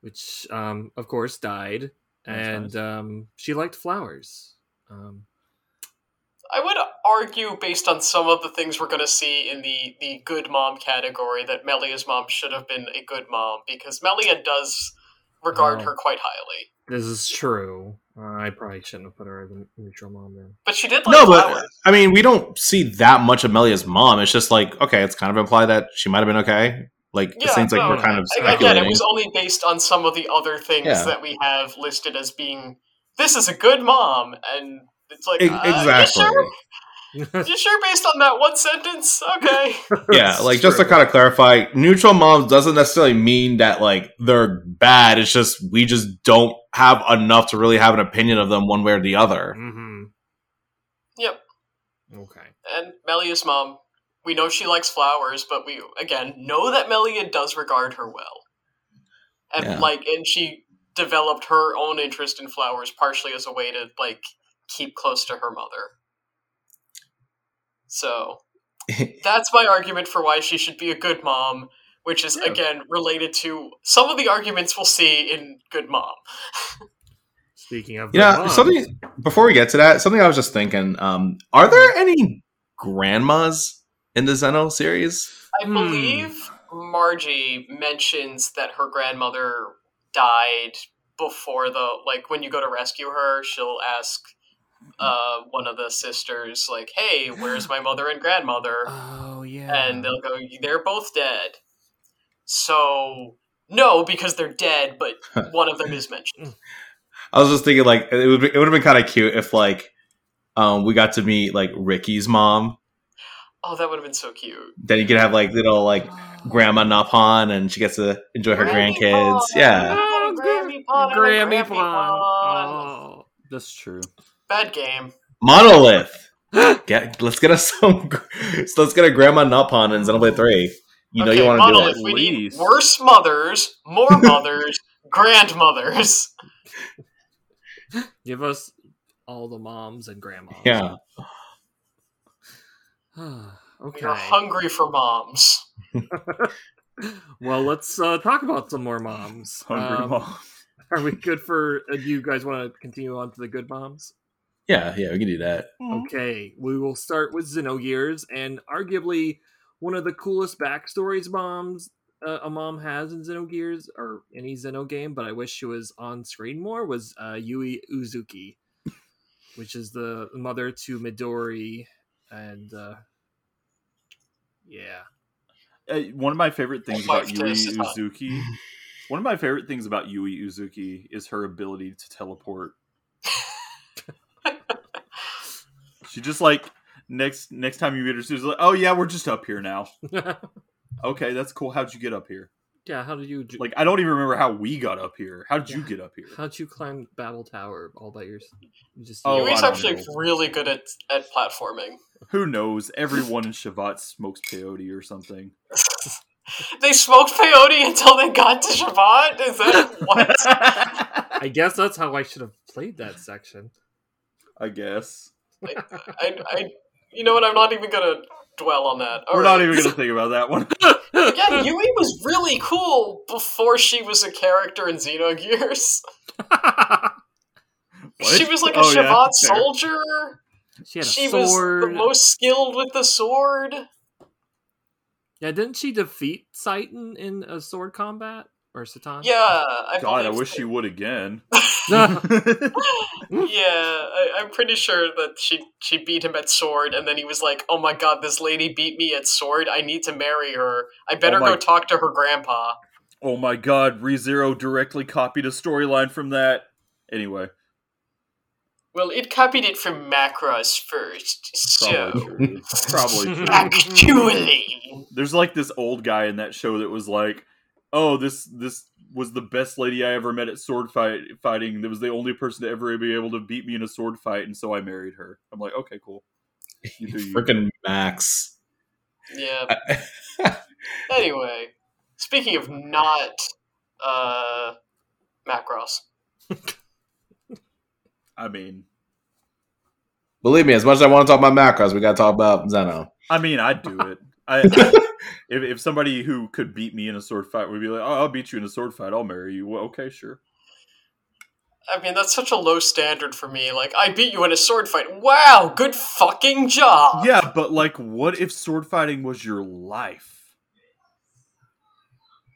[SPEAKER 1] which um of course died.
[SPEAKER 3] That's
[SPEAKER 1] and
[SPEAKER 3] nice.
[SPEAKER 1] um she liked flowers. Um
[SPEAKER 4] I would argue, based on some of the things we're going to see in the, the good mom category, that Melia's mom should have been a good mom because Melia does regard
[SPEAKER 1] Oh.
[SPEAKER 4] her quite highly.
[SPEAKER 1] this is true. Uh, I probably shouldn't have put her as a neutral mom then. <laughs>
[SPEAKER 4] But she did like
[SPEAKER 2] No, but
[SPEAKER 4] flowers.
[SPEAKER 2] I mean, we don't see that much of Melia's mom. It's just like okay, it's kind of implied that she might have been okay. Like it
[SPEAKER 4] Yeah,
[SPEAKER 2] seems like
[SPEAKER 4] no,
[SPEAKER 2] we're kind of
[SPEAKER 4] I- Again, it
[SPEAKER 2] speculating.
[SPEAKER 4] was only based on some of the other things
[SPEAKER 2] Yeah.
[SPEAKER 4] that we have listed as being this is a good mom, and it's like
[SPEAKER 2] E-
[SPEAKER 4] uh,
[SPEAKER 2] exactly.
[SPEAKER 4] You sure? You sure? Based on that one sentence,
[SPEAKER 2] <laughs>
[SPEAKER 4] okay.
[SPEAKER 2] yeah,
[SPEAKER 1] It's
[SPEAKER 2] like just to
[SPEAKER 1] true.
[SPEAKER 2] kind of clarify, neutral moms doesn't necessarily mean that like they're bad. It's just we just don't have enough to really have an opinion of them one way or the other.
[SPEAKER 1] Mhm.
[SPEAKER 4] Yep.
[SPEAKER 1] Okay.
[SPEAKER 4] And Melia's mom, we know she likes flowers, but we again know that Melia does regard her well. And
[SPEAKER 2] Yeah.
[SPEAKER 4] like and she developed her own interest in flowers partially as a way to like keep close to her mother. So
[SPEAKER 1] Mm.
[SPEAKER 4] that's my argument for why she should be a good mom, which is
[SPEAKER 2] Yeah.
[SPEAKER 4] again related to some of the arguments we'll see in Good Mom.
[SPEAKER 1] Speaking of
[SPEAKER 2] <laughs> You
[SPEAKER 1] their
[SPEAKER 2] know,
[SPEAKER 1] moms,
[SPEAKER 2] something before we get to that, something I was just thinking, um, are there any grandmas in the Zeno series?
[SPEAKER 4] I
[SPEAKER 1] Hmm.
[SPEAKER 4] believe Margie mentions that her grandmother died before the like when you go to rescue her, she'll ask uh, one of the sisters like, "Hey, where's my mother and grandmother?"
[SPEAKER 1] <gasps> Oh yeah.
[SPEAKER 4] And they'll go, "They're both dead." So no, because they're dead, but one of them is mentioned.
[SPEAKER 2] I was just thinking like it would be, it would have been kind of cute if like um we got to meet like Ricky's mom.
[SPEAKER 4] Oh, that would have been so cute.
[SPEAKER 2] Then you could have like little like grandma Napon and she gets to enjoy her
[SPEAKER 4] Grammy
[SPEAKER 2] grandkids.
[SPEAKER 4] Pond,
[SPEAKER 2] Yeah.
[SPEAKER 4] Grammy Pond, Grammy Oh.
[SPEAKER 1] Grammy Oh,
[SPEAKER 4] Pond.
[SPEAKER 1] Pond.
[SPEAKER 3] That's true.
[SPEAKER 4] Bad game. <gasps>
[SPEAKER 2] Monolith. Get let's get us some <laughs> so let's get a grandma Napon in Xenoblade 3. You know
[SPEAKER 4] okay,
[SPEAKER 2] you want to do
[SPEAKER 4] Monolith,
[SPEAKER 2] it.
[SPEAKER 4] we need
[SPEAKER 3] Please.
[SPEAKER 4] worse mothers, more
[SPEAKER 3] <laughs>
[SPEAKER 4] mothers, grandmothers.
[SPEAKER 1] Give us all the moms and grandmas.
[SPEAKER 2] Yeah.
[SPEAKER 1] <sighs> okay.
[SPEAKER 4] We are hungry for moms.
[SPEAKER 1] Well, let's uh, talk about some more moms.
[SPEAKER 3] Hungry
[SPEAKER 1] Um,
[SPEAKER 3] mom.
[SPEAKER 1] Are we good for? Uh, do you guys want to continue on to the good moms?
[SPEAKER 2] Yeah, yeah, we can do that.
[SPEAKER 1] Okay, we will start with Xenogears and arguably one of the coolest backstories moms uh, a mom has in Xenogears or any Xeno game, but I wish she was on screen more was uh, Yui Uzuki, which is the mother to Midori, and uh, yeah, <laughs>
[SPEAKER 3] Uh, one of my favorite things
[SPEAKER 4] Oh,
[SPEAKER 3] about
[SPEAKER 4] five
[SPEAKER 3] Yui
[SPEAKER 4] tastes is hot.
[SPEAKER 3] Uzuki. One of my favorite things about Yui Uzuki is her ability to teleport.
[SPEAKER 4] <laughs>
[SPEAKER 3] she just like next next time you meet her, she's like, "Oh yeah, we're just up here now." Okay, that's cool. How'd you get up here?
[SPEAKER 1] yeah. How did you ju-
[SPEAKER 3] Like, I don't even remember how we got up here. How did you
[SPEAKER 1] Yeah.
[SPEAKER 3] get up here?
[SPEAKER 1] how'd you climb Battle Tower all by yourself? You Just
[SPEAKER 3] Oh,
[SPEAKER 4] Yui's
[SPEAKER 3] I don't
[SPEAKER 4] actually
[SPEAKER 3] know.
[SPEAKER 4] really good at, at platforming. <laughs>
[SPEAKER 3] Who knows? Everyone in Shavat smokes peyote or something.
[SPEAKER 4] They smoked peyote until they got to Shabbat?
[SPEAKER 3] <laughs>
[SPEAKER 4] Is that what?
[SPEAKER 3] I
[SPEAKER 1] I guess that's how I should have played that
[SPEAKER 3] <laughs>
[SPEAKER 1] section.
[SPEAKER 3] guess
[SPEAKER 4] I, I, you know what? I'm not even going to dwell on that. All
[SPEAKER 3] we're not
[SPEAKER 4] right.
[SPEAKER 3] even gonna think about that one. <laughs>
[SPEAKER 4] Yeah, Yui was really cool before she was a character in Xenogears.
[SPEAKER 3] What?
[SPEAKER 4] She was like a
[SPEAKER 3] Oh, yeah,
[SPEAKER 4] Shabbat
[SPEAKER 3] fair.
[SPEAKER 4] soldier.
[SPEAKER 1] she had a
[SPEAKER 4] she
[SPEAKER 1] sword.
[SPEAKER 4] was the most skilled with the sword.
[SPEAKER 1] Yeah, didn't she defeat Satan in a sword combat or Satan?
[SPEAKER 4] Yeah, I
[SPEAKER 3] God, I
[SPEAKER 4] believe
[SPEAKER 3] wish
[SPEAKER 4] so.
[SPEAKER 3] she would again.
[SPEAKER 4] <laughs>
[SPEAKER 3] <laughs> Oh
[SPEAKER 4] Yeah, I, I'm pretty sure that she she beat him at sword, and then he was like, "Oh my god, this lady beat me at sword. I need to marry her. I better
[SPEAKER 3] Oh my-
[SPEAKER 4] go talk to her grandpa."
[SPEAKER 3] Oh my god, ReZero directly copied a storyline from that. Anyway,
[SPEAKER 4] Well, it copied it from Macross first,
[SPEAKER 3] probably
[SPEAKER 4] <laughs> so
[SPEAKER 3] true. probably true.
[SPEAKER 4] actually,
[SPEAKER 3] There's like this old guy in that show that was like, "Oh, this this was the best lady I ever met at sword fight fighting. That was the only person to ever be able to beat me in a sword fight, and so I married her." I'm like, "Okay, cool." You do you.
[SPEAKER 2] Freaking Max.
[SPEAKER 4] yeah. Anyway, speaking of not uh, Macross,
[SPEAKER 3] I mean,
[SPEAKER 2] <laughs> Believe me, as much as I want to talk about macros, we got to talk about Zeno.
[SPEAKER 3] I mean, I'd do it. I, I- if, if somebody who could beat me in a sword fight would be like, "Oh, I'll beat you in a sword fight. I'll marry you." Well, okay, sure.
[SPEAKER 4] I mean that's such a low standard for me. Like, I beat you in a sword fight. Wow, good fucking job.
[SPEAKER 3] Yeah, but like, what if sword fighting was your life?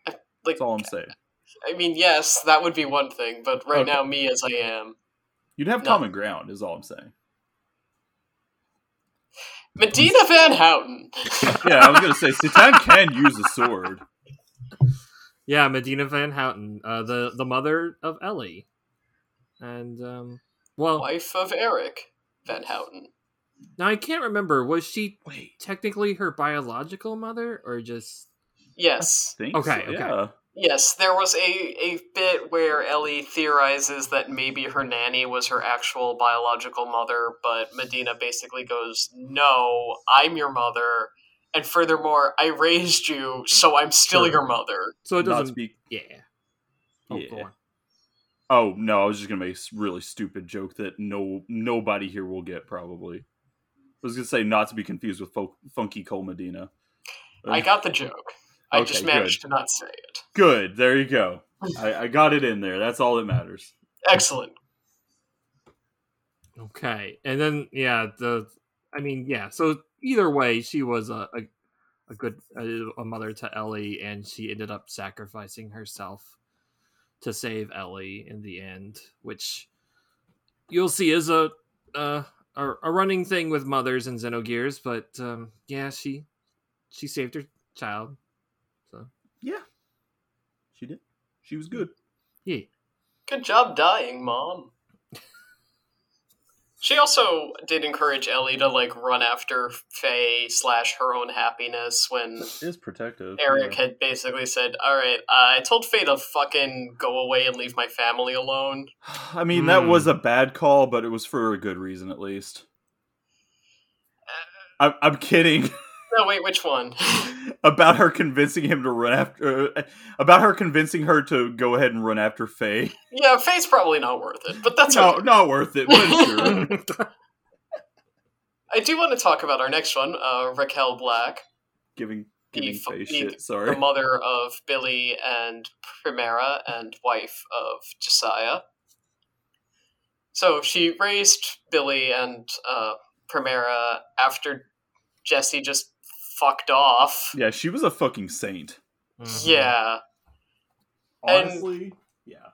[SPEAKER 4] like
[SPEAKER 3] That's all I'm saying.
[SPEAKER 4] I mean, yes, that would be one thing, but right
[SPEAKER 3] Okay.
[SPEAKER 4] now, me as I am,
[SPEAKER 3] You'd have
[SPEAKER 4] No.
[SPEAKER 3] common ground, is all I'm saying.
[SPEAKER 4] Medina Van Houten.
[SPEAKER 3] Yeah, I was gonna say Satan can use a sword.
[SPEAKER 1] <laughs> Yeah, Medina Van Houten, uh, the the mother of Ellie, and um, well,
[SPEAKER 4] Wife of Eric Van Houten.
[SPEAKER 1] now I can't remember. Was she
[SPEAKER 3] Wait,
[SPEAKER 1] technically her biological mother, or just
[SPEAKER 4] Yes.
[SPEAKER 3] think
[SPEAKER 1] Okay,
[SPEAKER 3] so,
[SPEAKER 1] okay.
[SPEAKER 3] yeah.
[SPEAKER 4] Yes, there was a, a bit where Ellie theorizes that maybe her nanny was her actual biological mother, but Medina basically goes, No, I'm your mother. And furthermore, I raised you, so I'm still
[SPEAKER 1] Sure.
[SPEAKER 4] your mother.
[SPEAKER 1] so it
[SPEAKER 3] Not
[SPEAKER 1] doesn't?
[SPEAKER 3] speak.
[SPEAKER 1] Yeah. Oh, go
[SPEAKER 3] Yeah.
[SPEAKER 1] on.
[SPEAKER 3] Oh no, I was just gonna make a really stupid joke that no nobody here will get probably. I was gonna say not to be confused with Fo- Funky Cole Medina.
[SPEAKER 4] I got the joke. I
[SPEAKER 3] Okay,
[SPEAKER 4] just managed to not say it.
[SPEAKER 3] Good, there you
[SPEAKER 4] <laughs>
[SPEAKER 3] go. I, I got it in there. That's all that matters.
[SPEAKER 4] Excellent.
[SPEAKER 1] Okay, and then yeah, the I mean yeah. So either way, she was a a, a good a, a mother to Ellie, and she ended up sacrificing herself to save Ellie in the end, which you'll see is a a, a, a running thing with mothers in Xenogears. But um, yeah, she she saved her child. So
[SPEAKER 3] Yeah, she did. She was good.
[SPEAKER 1] yeah,
[SPEAKER 4] Good job dying, mom. She also did encourage Ellie to like run after Faye slash her own happiness when
[SPEAKER 3] is protective.
[SPEAKER 4] Eric had basically said, "All right, uh, I told Faye to fucking go away and leave my family alone."
[SPEAKER 3] <sighs> I mean, that
[SPEAKER 1] Hmm.
[SPEAKER 3] was a bad call, but it was for a good reason at least. I'm, I'm kidding <laughs>
[SPEAKER 4] No, wait, which one? <laughs>
[SPEAKER 3] about her convincing him to run after. uh, about her convincing her to go ahead and run after Faye.
[SPEAKER 4] yeah, Faye's probably not worth it, but <laughs> that's
[SPEAKER 3] no,
[SPEAKER 4] okay.
[SPEAKER 3] not worth it. But sure.
[SPEAKER 4] <laughs> I do want to talk about our next one, uh, Raquel Black,
[SPEAKER 3] giving
[SPEAKER 4] The
[SPEAKER 3] giving
[SPEAKER 4] fu-
[SPEAKER 3] Faye
[SPEAKER 4] the-
[SPEAKER 3] shit.
[SPEAKER 4] the
[SPEAKER 3] Sorry.
[SPEAKER 4] mother of Billy and Primera and wife of Josiah. So she raised Billy and uh, Primera after Jesse just fucked off.
[SPEAKER 3] Yeah, she was a fucking saint.
[SPEAKER 1] Mm-hmm.
[SPEAKER 4] yeah. And-
[SPEAKER 3] Honestly, yeah.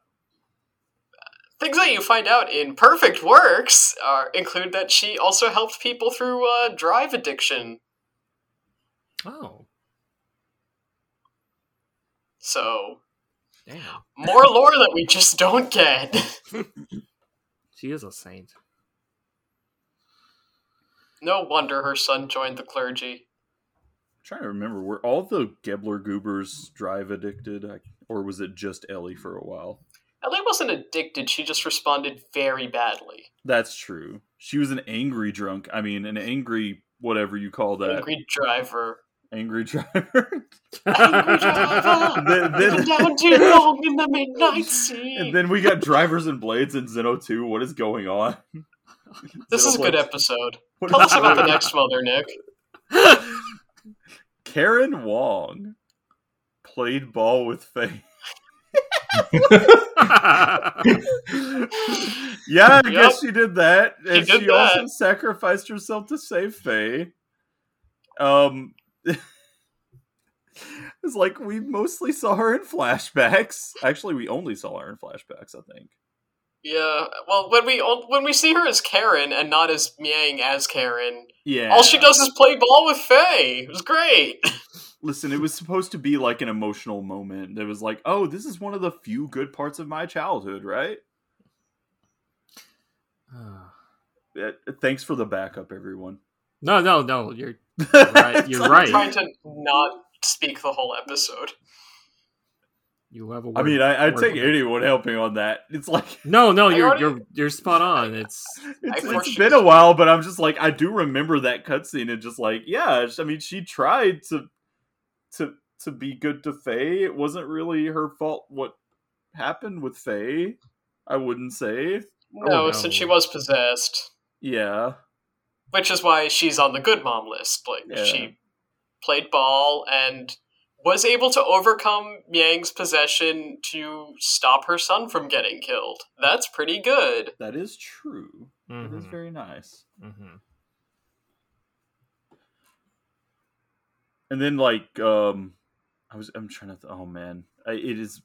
[SPEAKER 4] Things that you find out in Perfect Works are, include that she also helped people through uh, drive addiction.
[SPEAKER 1] Oh,
[SPEAKER 4] So,
[SPEAKER 1] damn.
[SPEAKER 4] more lore that we just don't get. <laughs>
[SPEAKER 1] She is a saint.
[SPEAKER 4] No wonder her son joined the clergy.
[SPEAKER 3] trying to remember were all the Gebler goobers drive addicted I- or was it just Ellie for a while?
[SPEAKER 4] Ellie wasn't addicted, she just responded very badly.
[SPEAKER 3] That's true. She was an angry drunk. I mean, an angry whatever you call that. Angry,
[SPEAKER 4] Angry driver.
[SPEAKER 3] driver.
[SPEAKER 1] <laughs>
[SPEAKER 4] Angry driver!
[SPEAKER 3] <laughs> then, then,
[SPEAKER 4] Been <laughs> down too
[SPEAKER 3] <laughs>
[SPEAKER 4] long in the midnight sea!
[SPEAKER 3] and then we got drivers and blades in Zeno 2. What is going on?
[SPEAKER 4] this
[SPEAKER 3] Xeno
[SPEAKER 4] is a good
[SPEAKER 3] Blades.
[SPEAKER 4] episode.
[SPEAKER 3] What
[SPEAKER 4] Tell
[SPEAKER 3] is-
[SPEAKER 4] us about the next mother, Nick.
[SPEAKER 3] Karen Wong played ball with Faye. <laughs> yeah, I
[SPEAKER 4] Yep.
[SPEAKER 3] guess she did that.
[SPEAKER 4] She
[SPEAKER 3] and
[SPEAKER 4] did
[SPEAKER 3] she
[SPEAKER 4] that.
[SPEAKER 3] also sacrificed herself to save Faye. Um <laughs> It's like we mostly saw her in flashbacks. Actually, we only saw her in flashbacks, I think.
[SPEAKER 4] Yeah, well, when we when we see her as Karen and not as Miang as Karen,
[SPEAKER 3] Yeah.
[SPEAKER 4] All she does is play ball with Faye. It was great.
[SPEAKER 3] Listen, it was supposed to be like an emotional moment. That was like, "Oh, this is one of the few good parts of my childhood, right?"
[SPEAKER 1] <sighs>
[SPEAKER 3] Uh, Thanks for the backup, everyone. <laughs>
[SPEAKER 1] no, no, no. You're right. You're
[SPEAKER 4] Trying
[SPEAKER 1] right.
[SPEAKER 4] to not speak the whole episode.
[SPEAKER 3] Oh,
[SPEAKER 1] You have a word.
[SPEAKER 3] I mean, I, I
[SPEAKER 1] word
[SPEAKER 3] take
[SPEAKER 1] with it.
[SPEAKER 3] anyone helping on that. It's like
[SPEAKER 1] No, no.
[SPEAKER 4] I
[SPEAKER 1] You're
[SPEAKER 4] already-
[SPEAKER 1] you're you're spot on. It's
[SPEAKER 3] <laughs> It's,
[SPEAKER 4] forced
[SPEAKER 3] it's
[SPEAKER 4] you
[SPEAKER 3] been
[SPEAKER 4] to-
[SPEAKER 3] a while, but I'm just like I do remember that cutscene and just like yeah, sh- I mean she tried to to to be good to Faye. It wasn't really her fault what happened with Faye. I wouldn't say.
[SPEAKER 4] No,
[SPEAKER 1] no.
[SPEAKER 4] since she was possessed,
[SPEAKER 3] Yeah,
[SPEAKER 4] which is why she's on the good mom list. Like
[SPEAKER 3] Yeah.
[SPEAKER 4] she played ball and was able to overcome Yang's possession to stop her son from getting killed. That's pretty good.
[SPEAKER 3] that is true. That is
[SPEAKER 1] Mhm,
[SPEAKER 3] very nice.
[SPEAKER 1] mhm.
[SPEAKER 3] And then like um I was I'm trying to th- oh man. I, it is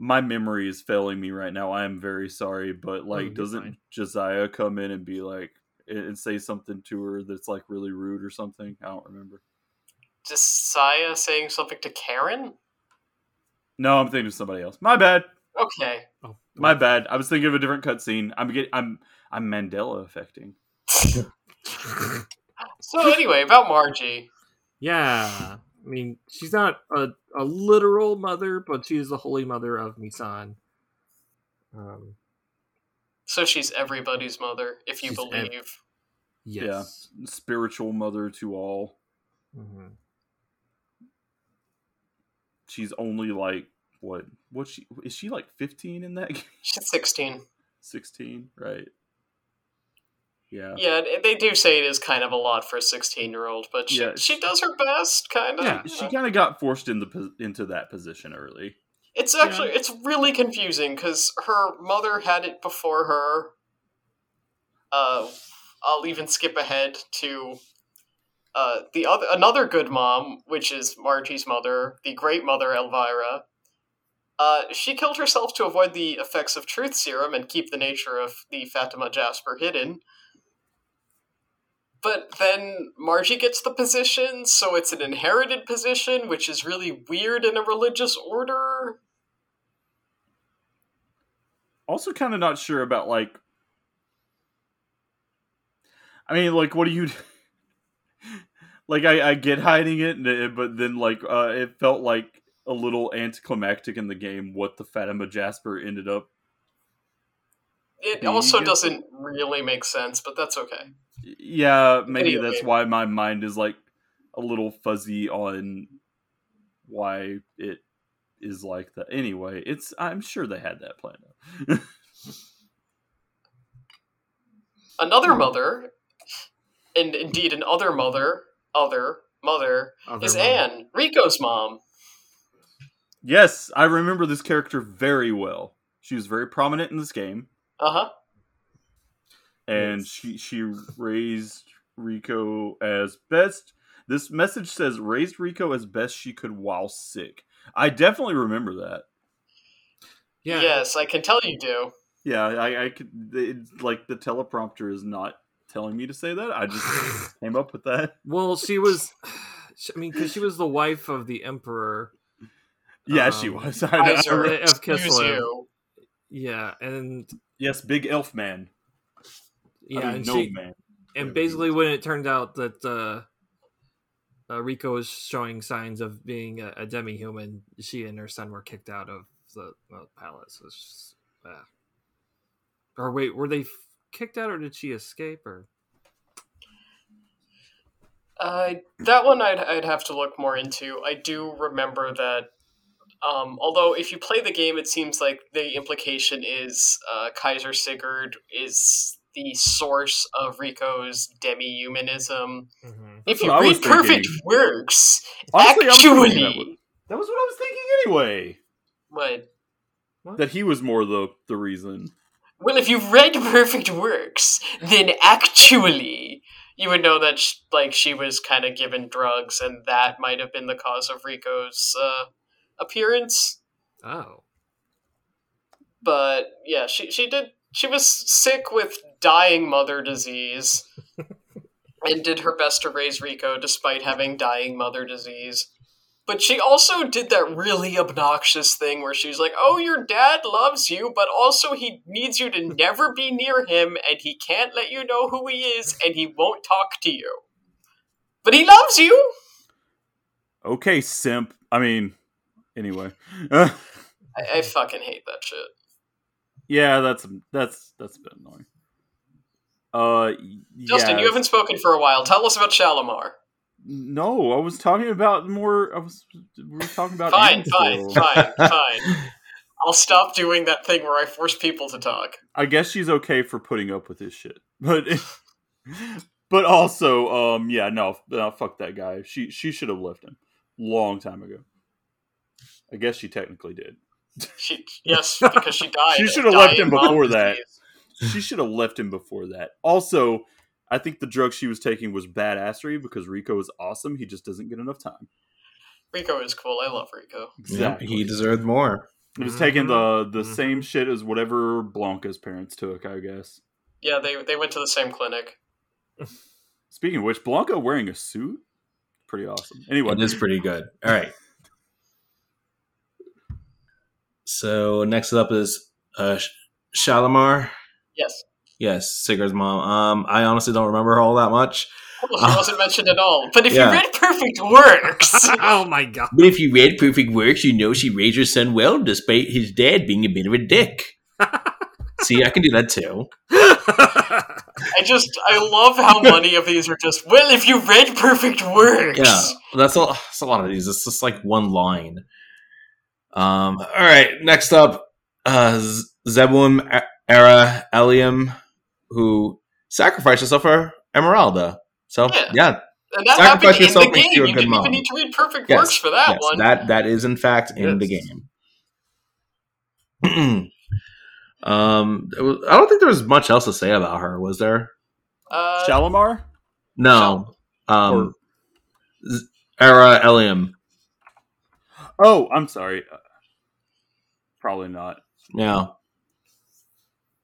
[SPEAKER 3] my memory is failing me right now. I am very sorry, but like
[SPEAKER 1] Oh, you're
[SPEAKER 3] doesn't
[SPEAKER 1] fine.
[SPEAKER 3] Josiah come in and be like and and say something to her that's like really rude or something? I don't remember.
[SPEAKER 4] Just Saya saying something to Karen?
[SPEAKER 3] No, I'm thinking of somebody else. My bad.
[SPEAKER 4] Okay.
[SPEAKER 1] Oh,
[SPEAKER 3] My bad. I was thinking of a different cutscene. I'm getting I'm I'm Mandela affecting.
[SPEAKER 4] So anyway, about Margie.
[SPEAKER 1] <laughs> Yeah. I mean, she's not a, a literal mother, but she is the holy mother of Misan. Um,
[SPEAKER 4] So she's everybody's mother, if you
[SPEAKER 1] She's ev-
[SPEAKER 4] believe.
[SPEAKER 1] yes.
[SPEAKER 3] Spiritual mother to all.
[SPEAKER 1] Mhm.
[SPEAKER 3] She's only like what what she is she like 15 in that <laughs> game?
[SPEAKER 4] she's 16.
[SPEAKER 3] 16, right? Yeah.
[SPEAKER 4] Yeah, and they do say it is kind of a lot for a 16 year old, but she,
[SPEAKER 3] Yeah, it's-
[SPEAKER 4] she does her best, kind of.
[SPEAKER 1] Yeah,
[SPEAKER 3] She kind of got forced in the pos- into that position early.
[SPEAKER 4] it's actually it's really confusing because her mother had it before her. Uh, I'll even skip ahead to uh, the other another good mom, which is Margie's mother, the great mother Elvira. Uh, she killed herself to avoid the effects of truth serum and keep the nature of the Fatima Jasper hidden. But then Margie gets the position, so it's an inherited position, which is really weird in a religious order.
[SPEAKER 3] also kind of not sure about like. I mean, like, what do you? <laughs> like, I, I get hiding it, and it- but then like uh, it felt like a little anticlimactic in the game what the Fatima Jasper ended up.
[SPEAKER 4] It
[SPEAKER 3] Yeah, you
[SPEAKER 4] also
[SPEAKER 3] get-
[SPEAKER 4] doesn't really make sense, but that's okay.
[SPEAKER 3] Yeah, maybe
[SPEAKER 4] Video
[SPEAKER 3] that's
[SPEAKER 4] game.
[SPEAKER 3] why my mind is like a little fuzzy on why it is like that. Anyway, it's I'm sure they had that planned out.
[SPEAKER 4] Another
[SPEAKER 1] Hmm.
[SPEAKER 4] mother, and indeed an other mother, other mother,
[SPEAKER 1] Other
[SPEAKER 4] is
[SPEAKER 1] mom.
[SPEAKER 4] Anne, Rico's mom.
[SPEAKER 3] Yes, I remember this character very well. She was very prominent in this game,
[SPEAKER 4] Uh huh.
[SPEAKER 3] and
[SPEAKER 1] Yes.
[SPEAKER 3] she she raised Rico as best. This message says raised Rico as best she could while sick. I definitely remember that.
[SPEAKER 1] Yeah.
[SPEAKER 4] Yes, I can tell you do.
[SPEAKER 3] Yeah, I, I could it, like the teleprompter is not telling me to say that. I <laughs> just came up with that.
[SPEAKER 1] <laughs> Well, she was. <sighs> she- I mean, because she was the wife of the emperor.
[SPEAKER 3] Yeah, she
[SPEAKER 1] Um,
[SPEAKER 3] was. <laughs> I,
[SPEAKER 4] I
[SPEAKER 3] I
[SPEAKER 1] sorry.
[SPEAKER 3] re-
[SPEAKER 1] Of
[SPEAKER 4] excuse
[SPEAKER 1] Kislev.
[SPEAKER 4] you.
[SPEAKER 1] Yeah, and
[SPEAKER 3] yes, big elf man.
[SPEAKER 1] yeah,
[SPEAKER 3] I mean,
[SPEAKER 1] and
[SPEAKER 3] no
[SPEAKER 1] she,
[SPEAKER 3] man.
[SPEAKER 1] and basically when it turned out that uh, uh, Rico was showing signs of being a, a demi-human, she and her son were kicked out of the uh, palace. It's just, uh, or wait, were they f- kicked out, or did she escape? Or
[SPEAKER 4] Uh, that one I'd, I'd have to look more into. I do remember that, um, although if you play the game, it seems like the implication is uh, Kaiser Sigurd is the source of Rico's demi humanism. If
[SPEAKER 3] That's
[SPEAKER 4] you
[SPEAKER 3] what I was
[SPEAKER 4] read perfect
[SPEAKER 3] thinking.
[SPEAKER 4] works,
[SPEAKER 3] Honestly, I was thinking
[SPEAKER 4] actually,
[SPEAKER 3] that was- that was what I was thinking anyway.
[SPEAKER 4] but
[SPEAKER 3] that he was more the the reason.
[SPEAKER 4] well, if you read perfect works, then actually you would know that sh- like she was kind of given drugs, and that might have been the cause of Rico's uh, appearance.
[SPEAKER 1] oh,
[SPEAKER 4] but yeah, she she did she was sick with dying mother disease and did her best to raise Rico despite having dying mother disease. But she also did that really obnoxious thing where she was like, "Oh, your dad loves you, but also he needs you to never be near him and he can't let you know who he is and he won't talk to you." But he loves you.
[SPEAKER 3] Okay, simp. I mean, anyway. <laughs>
[SPEAKER 4] I, I fucking hate that shit.
[SPEAKER 3] yeah, that's that's that's a bit annoying. Uh, y-
[SPEAKER 4] Justin,
[SPEAKER 3] yeah.
[SPEAKER 4] you haven't spoken for a while. Tell us about Shalimar.
[SPEAKER 3] No, I was talking about more. I was we were talking about
[SPEAKER 4] Fine,
[SPEAKER 3] Anne
[SPEAKER 4] fine,
[SPEAKER 3] still.
[SPEAKER 4] fine, fine.
[SPEAKER 2] <laughs>
[SPEAKER 4] I'll stop doing that thing where I force people to talk.
[SPEAKER 3] I guess she's okay for putting up with this shit, <laughs> but but also, um, yeah, no, f- no, fuck that guy. She she should have left him long time ago. I guess she technically did.
[SPEAKER 4] She, yes, because she
[SPEAKER 2] <laughs>
[SPEAKER 4] died.
[SPEAKER 3] She
[SPEAKER 4] of
[SPEAKER 3] should have left
[SPEAKER 4] dying
[SPEAKER 3] him before
[SPEAKER 4] mom
[SPEAKER 3] that.
[SPEAKER 4] disease.
[SPEAKER 3] she should have left him before that. Also, I think the drug she was taking was badassery because Rico is awesome. He just doesn't get enough time.
[SPEAKER 4] Rico is cool. I love Rico.
[SPEAKER 2] Yep, he Mm-hmm. deserved more.
[SPEAKER 3] He was taking the the
[SPEAKER 1] Mhm.
[SPEAKER 3] same shit as whatever Blanca's parents took, I guess.
[SPEAKER 4] Yeah, they they went to the same clinic.
[SPEAKER 3] Speaking of which, Blanca wearing a suit, pretty awesome. Anyway,
[SPEAKER 2] It is pretty good. All right. So next up is uh, Sh- Shalimar. <laughs>
[SPEAKER 4] Yes.
[SPEAKER 2] Yes, Sigurd's mom. Um, I honestly don't remember her all that much.
[SPEAKER 4] Well, she wasn't mentioned at all. But if
[SPEAKER 2] Yeah.
[SPEAKER 4] you read Perfect Works,
[SPEAKER 1] oh my <laughs> god,
[SPEAKER 2] But if you read Perfect Works, you know she raised her son well, despite his dad being a bit of a <laughs> dick. See, I can do that too.
[SPEAKER 4] I just I
[SPEAKER 2] <laughs>
[SPEAKER 4] love how many of these are just well, if you read Perfect Works.
[SPEAKER 2] Yeah, that's a, that's a lot of these. It's just like one line. Um. All right. Next up, uh, Z- Zebulun A- Era Eliam, who sacrificed herself for Emeralda. So
[SPEAKER 4] Yeah.
[SPEAKER 2] yeah,
[SPEAKER 4] And that
[SPEAKER 2] Sacrifice
[SPEAKER 4] happened in
[SPEAKER 2] yourself
[SPEAKER 4] the
[SPEAKER 2] makes
[SPEAKER 4] game.
[SPEAKER 2] you
[SPEAKER 4] You
[SPEAKER 2] a good
[SPEAKER 4] didn't
[SPEAKER 2] mom.
[SPEAKER 4] even need to read Perfect
[SPEAKER 2] Yes,
[SPEAKER 4] Works for that
[SPEAKER 2] yes,
[SPEAKER 4] one.
[SPEAKER 2] that that is in fact in the
[SPEAKER 1] Yes.
[SPEAKER 2] game. <clears throat> um, it was- I don't think there was much else to say about her. Was there?
[SPEAKER 4] uh,
[SPEAKER 3] Shalimar.
[SPEAKER 2] No. Um, Z- Era Eliam.
[SPEAKER 3] Oh, I'm sorry. Uh, Probably not.
[SPEAKER 2] Yeah.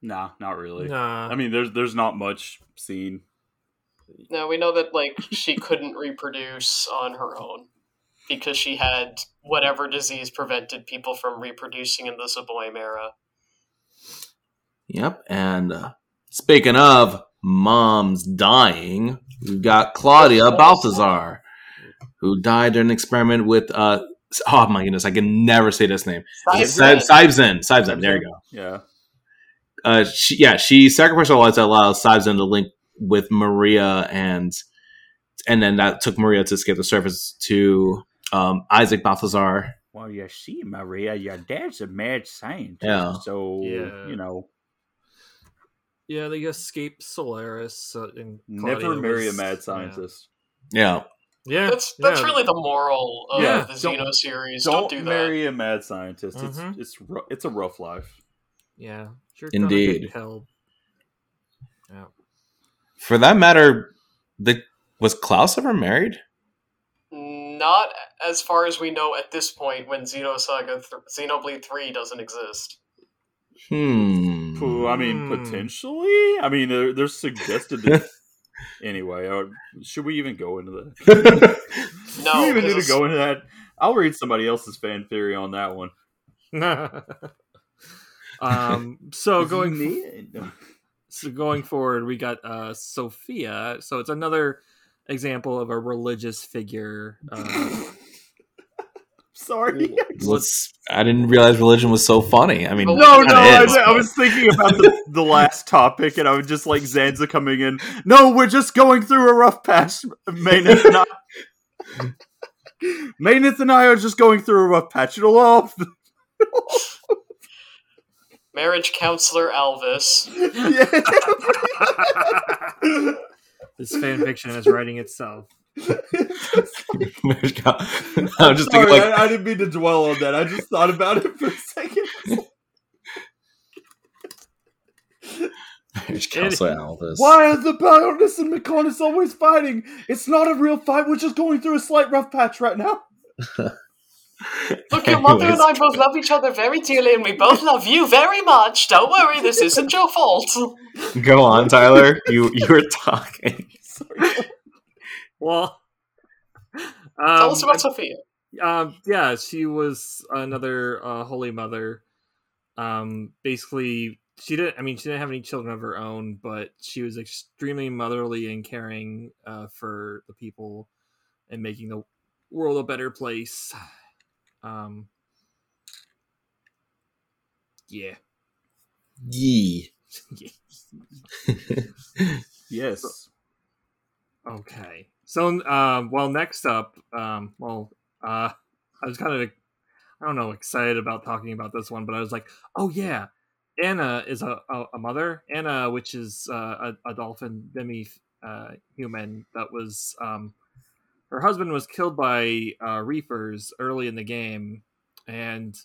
[SPEAKER 3] Nah, not really.
[SPEAKER 1] nah.
[SPEAKER 3] I mean, there's there's not much seen.
[SPEAKER 4] No, we know that like she couldn't reproduce on her own because she had whatever disease prevented people from reproducing in the Zeboim era.
[SPEAKER 2] Yep. And uh, speaking of moms dying, we've got Claudia Balthazar, who died during an experiment with. Uh, s- oh my goodness, I can never say this name. Sib-
[SPEAKER 4] Cyberpunk.
[SPEAKER 2] Sibzen. Sibzen. There you go.
[SPEAKER 3] Yeah.
[SPEAKER 2] Uh, she, yeah, she sacrificed her life that allows Sibzen to link with Maria, and and then that took Maria to escape the surface to um, Isaac Balthazar.
[SPEAKER 3] Well, you see, Maria, your dad's a mad scientist.
[SPEAKER 2] Yeah.
[SPEAKER 3] So,
[SPEAKER 1] Yeah.
[SPEAKER 3] you know,
[SPEAKER 1] Yeah, they escape Solaris. Uh, and
[SPEAKER 3] never
[SPEAKER 1] Claudia
[SPEAKER 3] marry a
[SPEAKER 1] was-
[SPEAKER 3] mad scientist.
[SPEAKER 2] Yeah.
[SPEAKER 1] Yeah,
[SPEAKER 4] That's that's
[SPEAKER 1] yeah.
[SPEAKER 4] really the moral of
[SPEAKER 1] Yeah,
[SPEAKER 4] the
[SPEAKER 1] don't-
[SPEAKER 4] Xeno series.
[SPEAKER 3] Don't,
[SPEAKER 4] Don't, do that.
[SPEAKER 3] marry a mad scientist.
[SPEAKER 1] Mhm.
[SPEAKER 3] It's it's ru- it's a rough life.
[SPEAKER 1] yeah. Sure
[SPEAKER 2] Indeed.
[SPEAKER 1] Hell.
[SPEAKER 2] For that matter, the was Klaus ever married?
[SPEAKER 4] Not as far as we know at this point, when Xenosaga th- Xenoblade Three doesn't exist.
[SPEAKER 2] Hmm.
[SPEAKER 3] Pooh, I mean,
[SPEAKER 1] Hmm.
[SPEAKER 3] potentially. I mean, they're, they're suggested. <laughs> To... anyway, I would, should we even go into that? <laughs>
[SPEAKER 4] No,
[SPEAKER 3] Do we even need to
[SPEAKER 4] because-
[SPEAKER 3] go into that. I'll read somebody else's fan theory on that one.
[SPEAKER 1] <laughs> um. So
[SPEAKER 3] Is he
[SPEAKER 1] going
[SPEAKER 3] <laughs> me? No.
[SPEAKER 1] so going forward, we got uh, Sophia. So it's another example of a religious figure. <laughs>
[SPEAKER 4] <laughs>
[SPEAKER 1] Uh,
[SPEAKER 3] <laughs> Sorry.
[SPEAKER 2] Let's. I didn't realize religion was so funny. I mean,
[SPEAKER 4] No,
[SPEAKER 3] No,
[SPEAKER 2] it
[SPEAKER 3] no,
[SPEAKER 2] kinda
[SPEAKER 3] I,
[SPEAKER 2] is,
[SPEAKER 3] was-
[SPEAKER 2] <laughs>
[SPEAKER 3] I was thinking about the, the last topic, and I was just like Zanza coming in. No, we're just going through a rough patch. Maynith and I, Maynith and I are just going through a rough patch. It'll all. <laughs>
[SPEAKER 4] Marriage counselor Alvis.
[SPEAKER 3] Yeah.
[SPEAKER 1] this fan fiction is writing itself.
[SPEAKER 2] but- <laughs> I'm just
[SPEAKER 3] Sorry,
[SPEAKER 2] thinking like
[SPEAKER 3] I, I didn't mean to dwell on that. I just thought about it for a second.
[SPEAKER 2] marriage counselor Alvis.
[SPEAKER 3] Why are the Baroness and McConus always fighting? It's not a real fight. We're just going through a slight rough patch right now.
[SPEAKER 4] Look, your mother and
[SPEAKER 2] Anyways.
[SPEAKER 4] I both love each other very dearly, and we both love you very much. Don't worry, this isn't your fault.
[SPEAKER 2] Go on, Tyler. You you were talking.
[SPEAKER 1] Well,
[SPEAKER 4] Tell
[SPEAKER 1] um,
[SPEAKER 4] us about Sophia.
[SPEAKER 1] um yeah she was another uh holy mother um basically she didn't i mean she didn't have any children of her own but she was extremely motherly and caring uh for the people and making the world a better place <sighs> um yeah
[SPEAKER 2] <laughs> Yee.
[SPEAKER 3] Yes.
[SPEAKER 1] Okay. So, um, well, next up, um, well, uh, I was kind of, I don't know, excited about talking about this one, but I was like, oh yeah, Anna is a, a, a mother. Anna, which is uh, a, a dolphin demi uh, human that was, um, her husband was killed by uh, reapers early in the game, and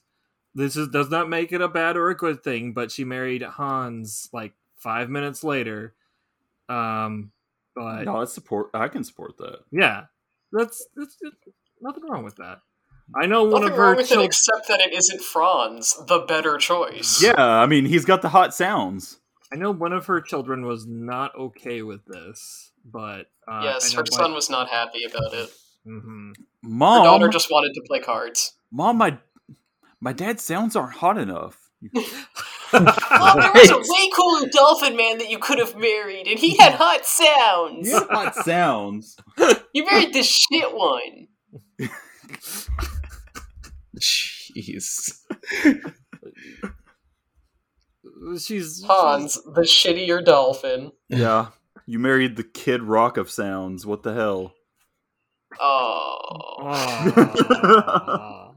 [SPEAKER 1] this is does not make it a bad or a good thing. But she married Hans like five minutes later. Um, but
[SPEAKER 3] No, I support. I can support that.
[SPEAKER 1] yeah, that's, that's, that's- nothing wrong with that. I know one
[SPEAKER 4] Nothing
[SPEAKER 1] of
[SPEAKER 4] wrong
[SPEAKER 1] her
[SPEAKER 4] with it
[SPEAKER 1] children.
[SPEAKER 4] except that it isn't Franz, the better choice.
[SPEAKER 3] Yeah, I mean, he's got the hot sounds.
[SPEAKER 1] I know one of her children was not okay with this, but uh,
[SPEAKER 4] Yes, her son was not happy about it.
[SPEAKER 1] hmm
[SPEAKER 4] Her
[SPEAKER 3] Mom,
[SPEAKER 4] daughter just wanted to
[SPEAKER 3] <laughs>
[SPEAKER 4] play cards.
[SPEAKER 3] mom, my my dad's sounds aren't hot enough.
[SPEAKER 4] Well, Oh, there was a way cooler dolphin man that you could have married, and he had hot sounds.
[SPEAKER 3] Yeah, hot
[SPEAKER 4] <laughs>
[SPEAKER 3] sounds.
[SPEAKER 4] You married this shit one.
[SPEAKER 2] Jeez.
[SPEAKER 1] she's
[SPEAKER 4] Hans, the shittier dolphin.
[SPEAKER 3] Yeah, you married the Kid Rock of sounds. What the hell?
[SPEAKER 4] Oh. <laughs>
[SPEAKER 1] Aw.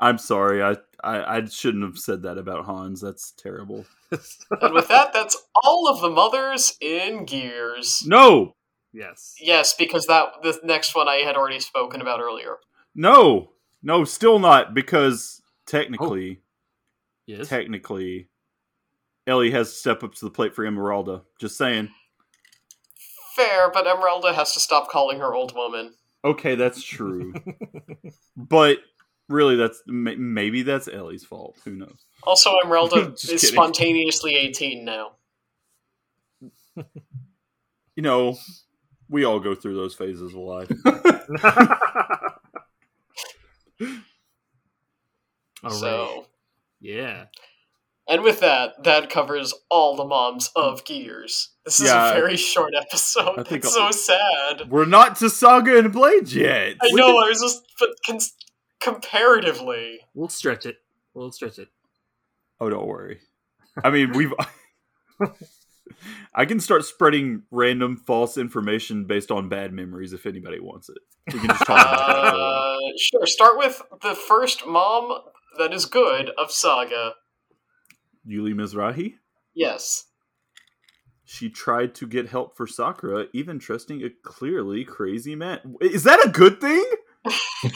[SPEAKER 3] I'm sorry. I, I I shouldn't have said that about Hans. That's terrible.
[SPEAKER 4] And with that, that's all of the mothers in Gears.
[SPEAKER 3] No,
[SPEAKER 1] yes.
[SPEAKER 4] Yes, because that the next one I had already spoken about earlier.
[SPEAKER 3] no, no. Still not because technically,
[SPEAKER 1] Yes. <laughs>
[SPEAKER 3] technically, Ellie has to step up to the plate for Emeralda. Just saying.
[SPEAKER 4] Fair, but Emeralda has to stop calling her old woman.
[SPEAKER 3] Okay, that's <laughs> true. but really, that's may- maybe that's Ellie's fault. Who knows?
[SPEAKER 4] Also,
[SPEAKER 3] <laughs>
[SPEAKER 4] Emeralda is
[SPEAKER 3] Just kidding.
[SPEAKER 4] spontaneously 18 now.
[SPEAKER 3] You know, we all go through those phases of life.
[SPEAKER 1] All right.
[SPEAKER 4] so,
[SPEAKER 1] Yeah.
[SPEAKER 4] And with that, that covers all the moms of Gears. This is
[SPEAKER 3] Yeah.
[SPEAKER 4] a very short episode.
[SPEAKER 3] I think
[SPEAKER 4] it's
[SPEAKER 3] I'll-
[SPEAKER 4] so sad.
[SPEAKER 3] We're not to Saga and Blade yet.
[SPEAKER 4] I know. I was just, but con- comparatively,
[SPEAKER 1] We'll stretch it. We'll stretch
[SPEAKER 4] <laughs>
[SPEAKER 1] it.
[SPEAKER 3] Oh, don't worry. I mean, we've. <laughs> I can start spreading random false information based on bad memories if anybody wants it. We can just talk about that. for a while.
[SPEAKER 4] uh, sure. Start with the first mom that is good of Saga.
[SPEAKER 3] <laughs> Yuli Mizrahi.
[SPEAKER 4] Yes. <laughs>
[SPEAKER 3] She tried to get help for Sakura, even trusting a clearly crazy man. Is that a good thing?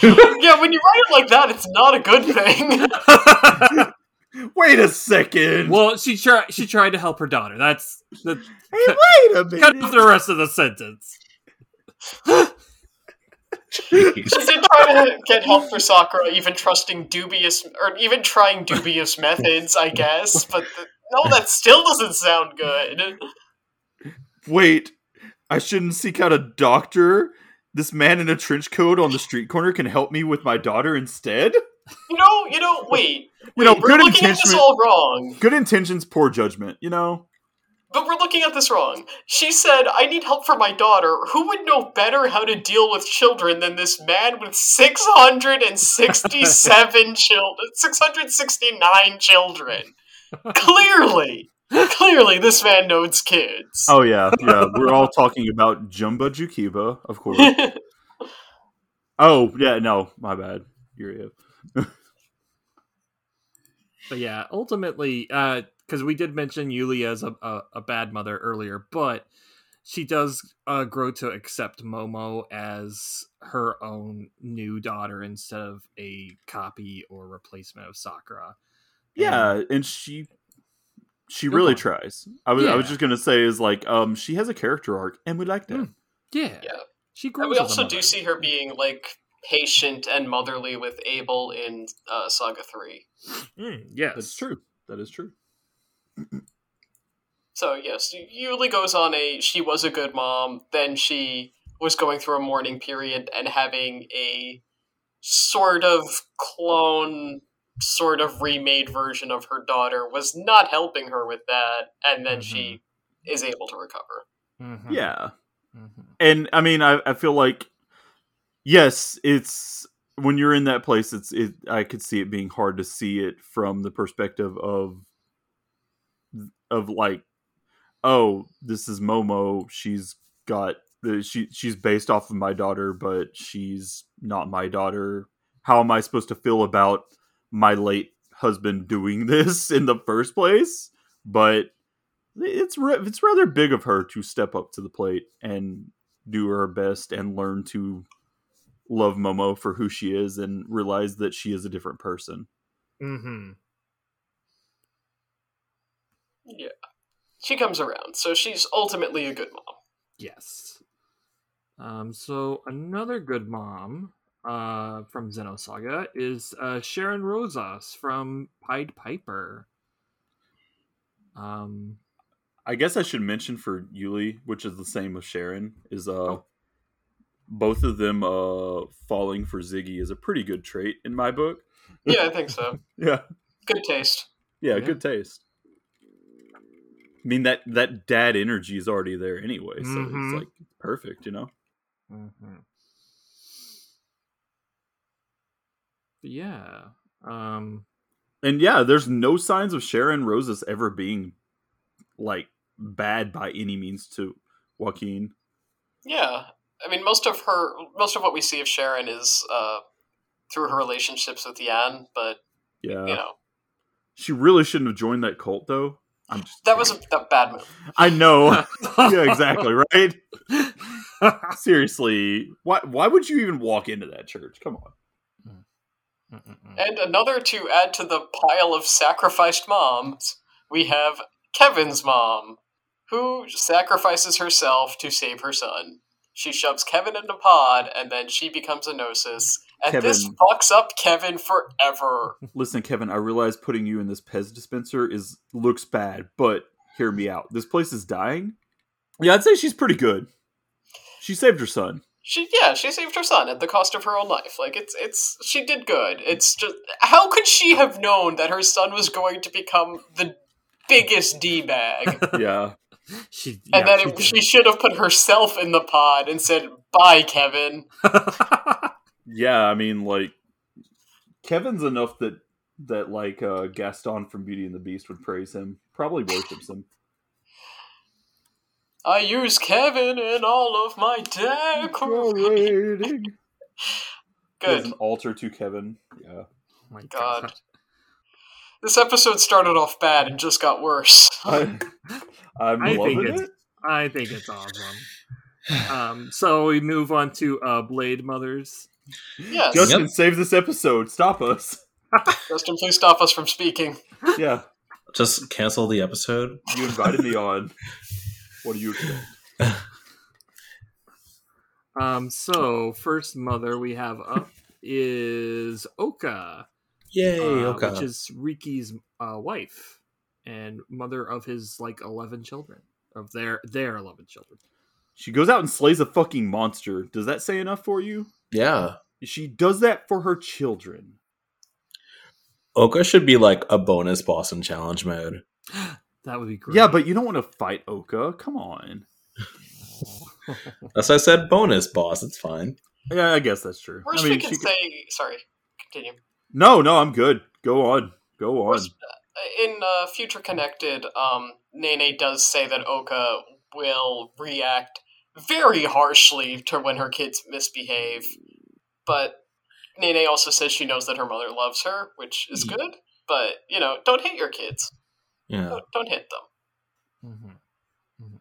[SPEAKER 4] yeah, when you write it like that, it's not a good thing.
[SPEAKER 3] Wait a second.
[SPEAKER 1] Well, she tried. She tried to help her daughter. That's the
[SPEAKER 3] Hey, wait <laughs> a
[SPEAKER 1] cut off the rest of the sentence.
[SPEAKER 2] Jeez.
[SPEAKER 4] she did try to get help for Sakura, even trusting dubious, or even trying dubious methods, I guess. But the, no, that still doesn't sound good.
[SPEAKER 3] Wait, I shouldn't seek out a doctor. This man in a trench coat on the street corner can help me with my daughter instead.
[SPEAKER 4] You know, you know. Wait,
[SPEAKER 3] You know,
[SPEAKER 4] we're
[SPEAKER 3] good
[SPEAKER 4] looking at this
[SPEAKER 3] intention.
[SPEAKER 4] all wrong.
[SPEAKER 3] Good intentions, poor judgment. You know.
[SPEAKER 4] But we're looking at this wrong. She said, "I need help for my daughter." Who would know better how to deal with children than this man with six hundred
[SPEAKER 3] <laughs>
[SPEAKER 4] and sixty-seven children, six hundred sixty-nine children? Clearly, clearly, this man knows kids.
[SPEAKER 3] Oh yeah, yeah. We're all talking about Jumba Jukiba, of course.
[SPEAKER 4] <laughs>
[SPEAKER 3] oh yeah, no, my bad. You're
[SPEAKER 1] But yeah, ultimately, because we did mention Yulia as a, a, a bad mother earlier, but she does uh, grow to accept Momo as her own new daughter instead of a copy or replacement of Sakura.
[SPEAKER 3] yeah, and she she
[SPEAKER 1] Good
[SPEAKER 3] really
[SPEAKER 1] one.
[SPEAKER 3] tries. I was I was
[SPEAKER 1] Yeah.
[SPEAKER 3] just gonna say is like um she has a character arc and we like that.
[SPEAKER 1] Hmm. Yeah.
[SPEAKER 4] Yeah.
[SPEAKER 1] She grows.
[SPEAKER 4] And we
[SPEAKER 1] as a
[SPEAKER 4] also do
[SPEAKER 1] mother.
[SPEAKER 4] see her being like patient and motherly with Abel in uh, Saga Three.
[SPEAKER 1] Mm, yes.
[SPEAKER 3] That's true. That is true.
[SPEAKER 4] So yes, Yuli goes on a she was a good mom. Then she was going through a mourning period and having a sort of clone, sort of remade version of her daughter was not helping her with that. And then she is able to recover.
[SPEAKER 1] Mhm.
[SPEAKER 3] Yeah.
[SPEAKER 1] Mhm.
[SPEAKER 3] and I mean, I, I feel like yes, it's when you're in that place, it's it. I could see it being hard to see it from the perspective of of like, oh, this is Momo. She's got the she she's based off of my daughter, but she's not my daughter. How am I supposed to feel about my late husband doing <laughs> this in the first place? But it's ra- it's rather big of her to step up to the plate and do her best and learn to love Momo for who she is and realize that she is a different person.
[SPEAKER 1] Mhm.
[SPEAKER 4] She comes around, so she's ultimately a good mom.
[SPEAKER 1] Yes. Um, so another good mom uh, from Xenosaga is uh, Sharon Rosas from Pied Piper. Um,
[SPEAKER 3] I guess I should mention for Yuli, which is the same with Sharon, is uh both of them uh falling for Ziggy is a pretty good trait in my book.
[SPEAKER 4] Yeah, I think so.
[SPEAKER 3] Yeah.
[SPEAKER 4] Good taste.
[SPEAKER 3] Yeah,
[SPEAKER 1] Yeah.
[SPEAKER 3] good taste. I mean that that dad energy is already there anyway, so
[SPEAKER 1] Mhm.
[SPEAKER 3] it's like perfect, you know. Mm-hmm.
[SPEAKER 1] mhm. But yeah. Um,
[SPEAKER 3] And yeah, there's no signs of Sharon Roses ever being like bad by any means to Joaquin.
[SPEAKER 4] Yeah, I mean, most of her, most of what we see of Sharon is uh, through her relationships with Yan, but
[SPEAKER 3] Yeah.
[SPEAKER 4] you know,
[SPEAKER 3] She really shouldn't have joined that cult though. I'm just
[SPEAKER 4] that was a that bad move.
[SPEAKER 3] I
[SPEAKER 4] <laughs>
[SPEAKER 3] know. <laughs>
[SPEAKER 1] <laughs>
[SPEAKER 3] yeah, exactly, right? Seriously. Why why would you even walk into that church? Come on.
[SPEAKER 1] Mm-mm-mm.
[SPEAKER 4] And another to add to the pile of sacrificed moms, we have Kevin's mom, who sacrifices herself to save her son. She shoves Kevin in a pod, and then she becomes a gnosis, and this
[SPEAKER 3] Kevin.
[SPEAKER 4] fucks up Kevin forever.
[SPEAKER 3] Listen, Kevin, I realize putting you in this Pez dispenser is looks bad, but hear me out. This place is dying. Yeah, I'd say she's pretty good. She saved her son.
[SPEAKER 4] She yeah, she saved her son at the cost of her own life. Like it's it's she did good. It's just how could she have known that her son was going to become the biggest d bag?
[SPEAKER 3] Yeah.
[SPEAKER 1] She, <laughs> yeah,
[SPEAKER 4] and that
[SPEAKER 1] she
[SPEAKER 4] it,
[SPEAKER 1] did. <laughs>
[SPEAKER 4] she should have put herself in the pod and said, "Bye, Kevin."
[SPEAKER 1] Oh
[SPEAKER 3] Yeah, I mean like Kevin's enough that that like uh Gaston from Beauty and the Beast would praise him. Probably worships
[SPEAKER 4] <laughs>
[SPEAKER 3] him.
[SPEAKER 4] I use Kevin in all of my
[SPEAKER 3] <laughs>
[SPEAKER 4] decor.
[SPEAKER 3] There's
[SPEAKER 4] <laughs> Good.
[SPEAKER 3] an altar to Kevin. Yeah.
[SPEAKER 1] Oh my
[SPEAKER 4] God.
[SPEAKER 1] God.
[SPEAKER 4] This episode started off bad and just got worse.
[SPEAKER 3] I, I'm
[SPEAKER 1] I think
[SPEAKER 3] loving
[SPEAKER 1] it's
[SPEAKER 3] it.
[SPEAKER 1] I think it's awesome.
[SPEAKER 4] <sighs>
[SPEAKER 1] Um, so we move on to uh, Blade Mothers.
[SPEAKER 4] Yes,
[SPEAKER 2] Just-
[SPEAKER 3] Justin, save this episode. Stop
[SPEAKER 4] <laughs>
[SPEAKER 3] us.
[SPEAKER 4] Justin, please stop us from speaking.
[SPEAKER 3] Yeah.
[SPEAKER 2] Just cancel the episode.
[SPEAKER 3] You invited me on. What do you expect?
[SPEAKER 1] Um, so first mother we have up is Oka,
[SPEAKER 2] Yay,
[SPEAKER 1] uh,
[SPEAKER 2] okay.
[SPEAKER 1] which is Riki's uh, wife and mother of his like eleven children of their their eleven children.
[SPEAKER 3] She goes out and slays a fucking monster. Does that say enough for you?
[SPEAKER 2] yeah.
[SPEAKER 3] She does that for her children.
[SPEAKER 2] Oka should be like a bonus boss in challenge mode.
[SPEAKER 1] That would be great.
[SPEAKER 3] Yeah, but you don't want to fight Oka. Come on.
[SPEAKER 2] That's why I said bonus boss. It's fine.
[SPEAKER 3] Yeah, I guess that's true. I
[SPEAKER 4] Worst
[SPEAKER 3] mean,
[SPEAKER 4] we can
[SPEAKER 3] she
[SPEAKER 4] say. Sorry, continue.
[SPEAKER 3] No, no, I'm good. Go on. Go on.
[SPEAKER 4] Worst- in uh, Future Connected, um, Nene does say that Oka will react very harshly to when her kids misbehave, but Nene also says she knows that her mother loves her, which is
[SPEAKER 3] Mm-hmm.
[SPEAKER 2] Ye-
[SPEAKER 4] good. But you know, don't hit your kids.
[SPEAKER 2] Yeah.
[SPEAKER 4] Don't, don't hit them.
[SPEAKER 1] Mhm. Mhm.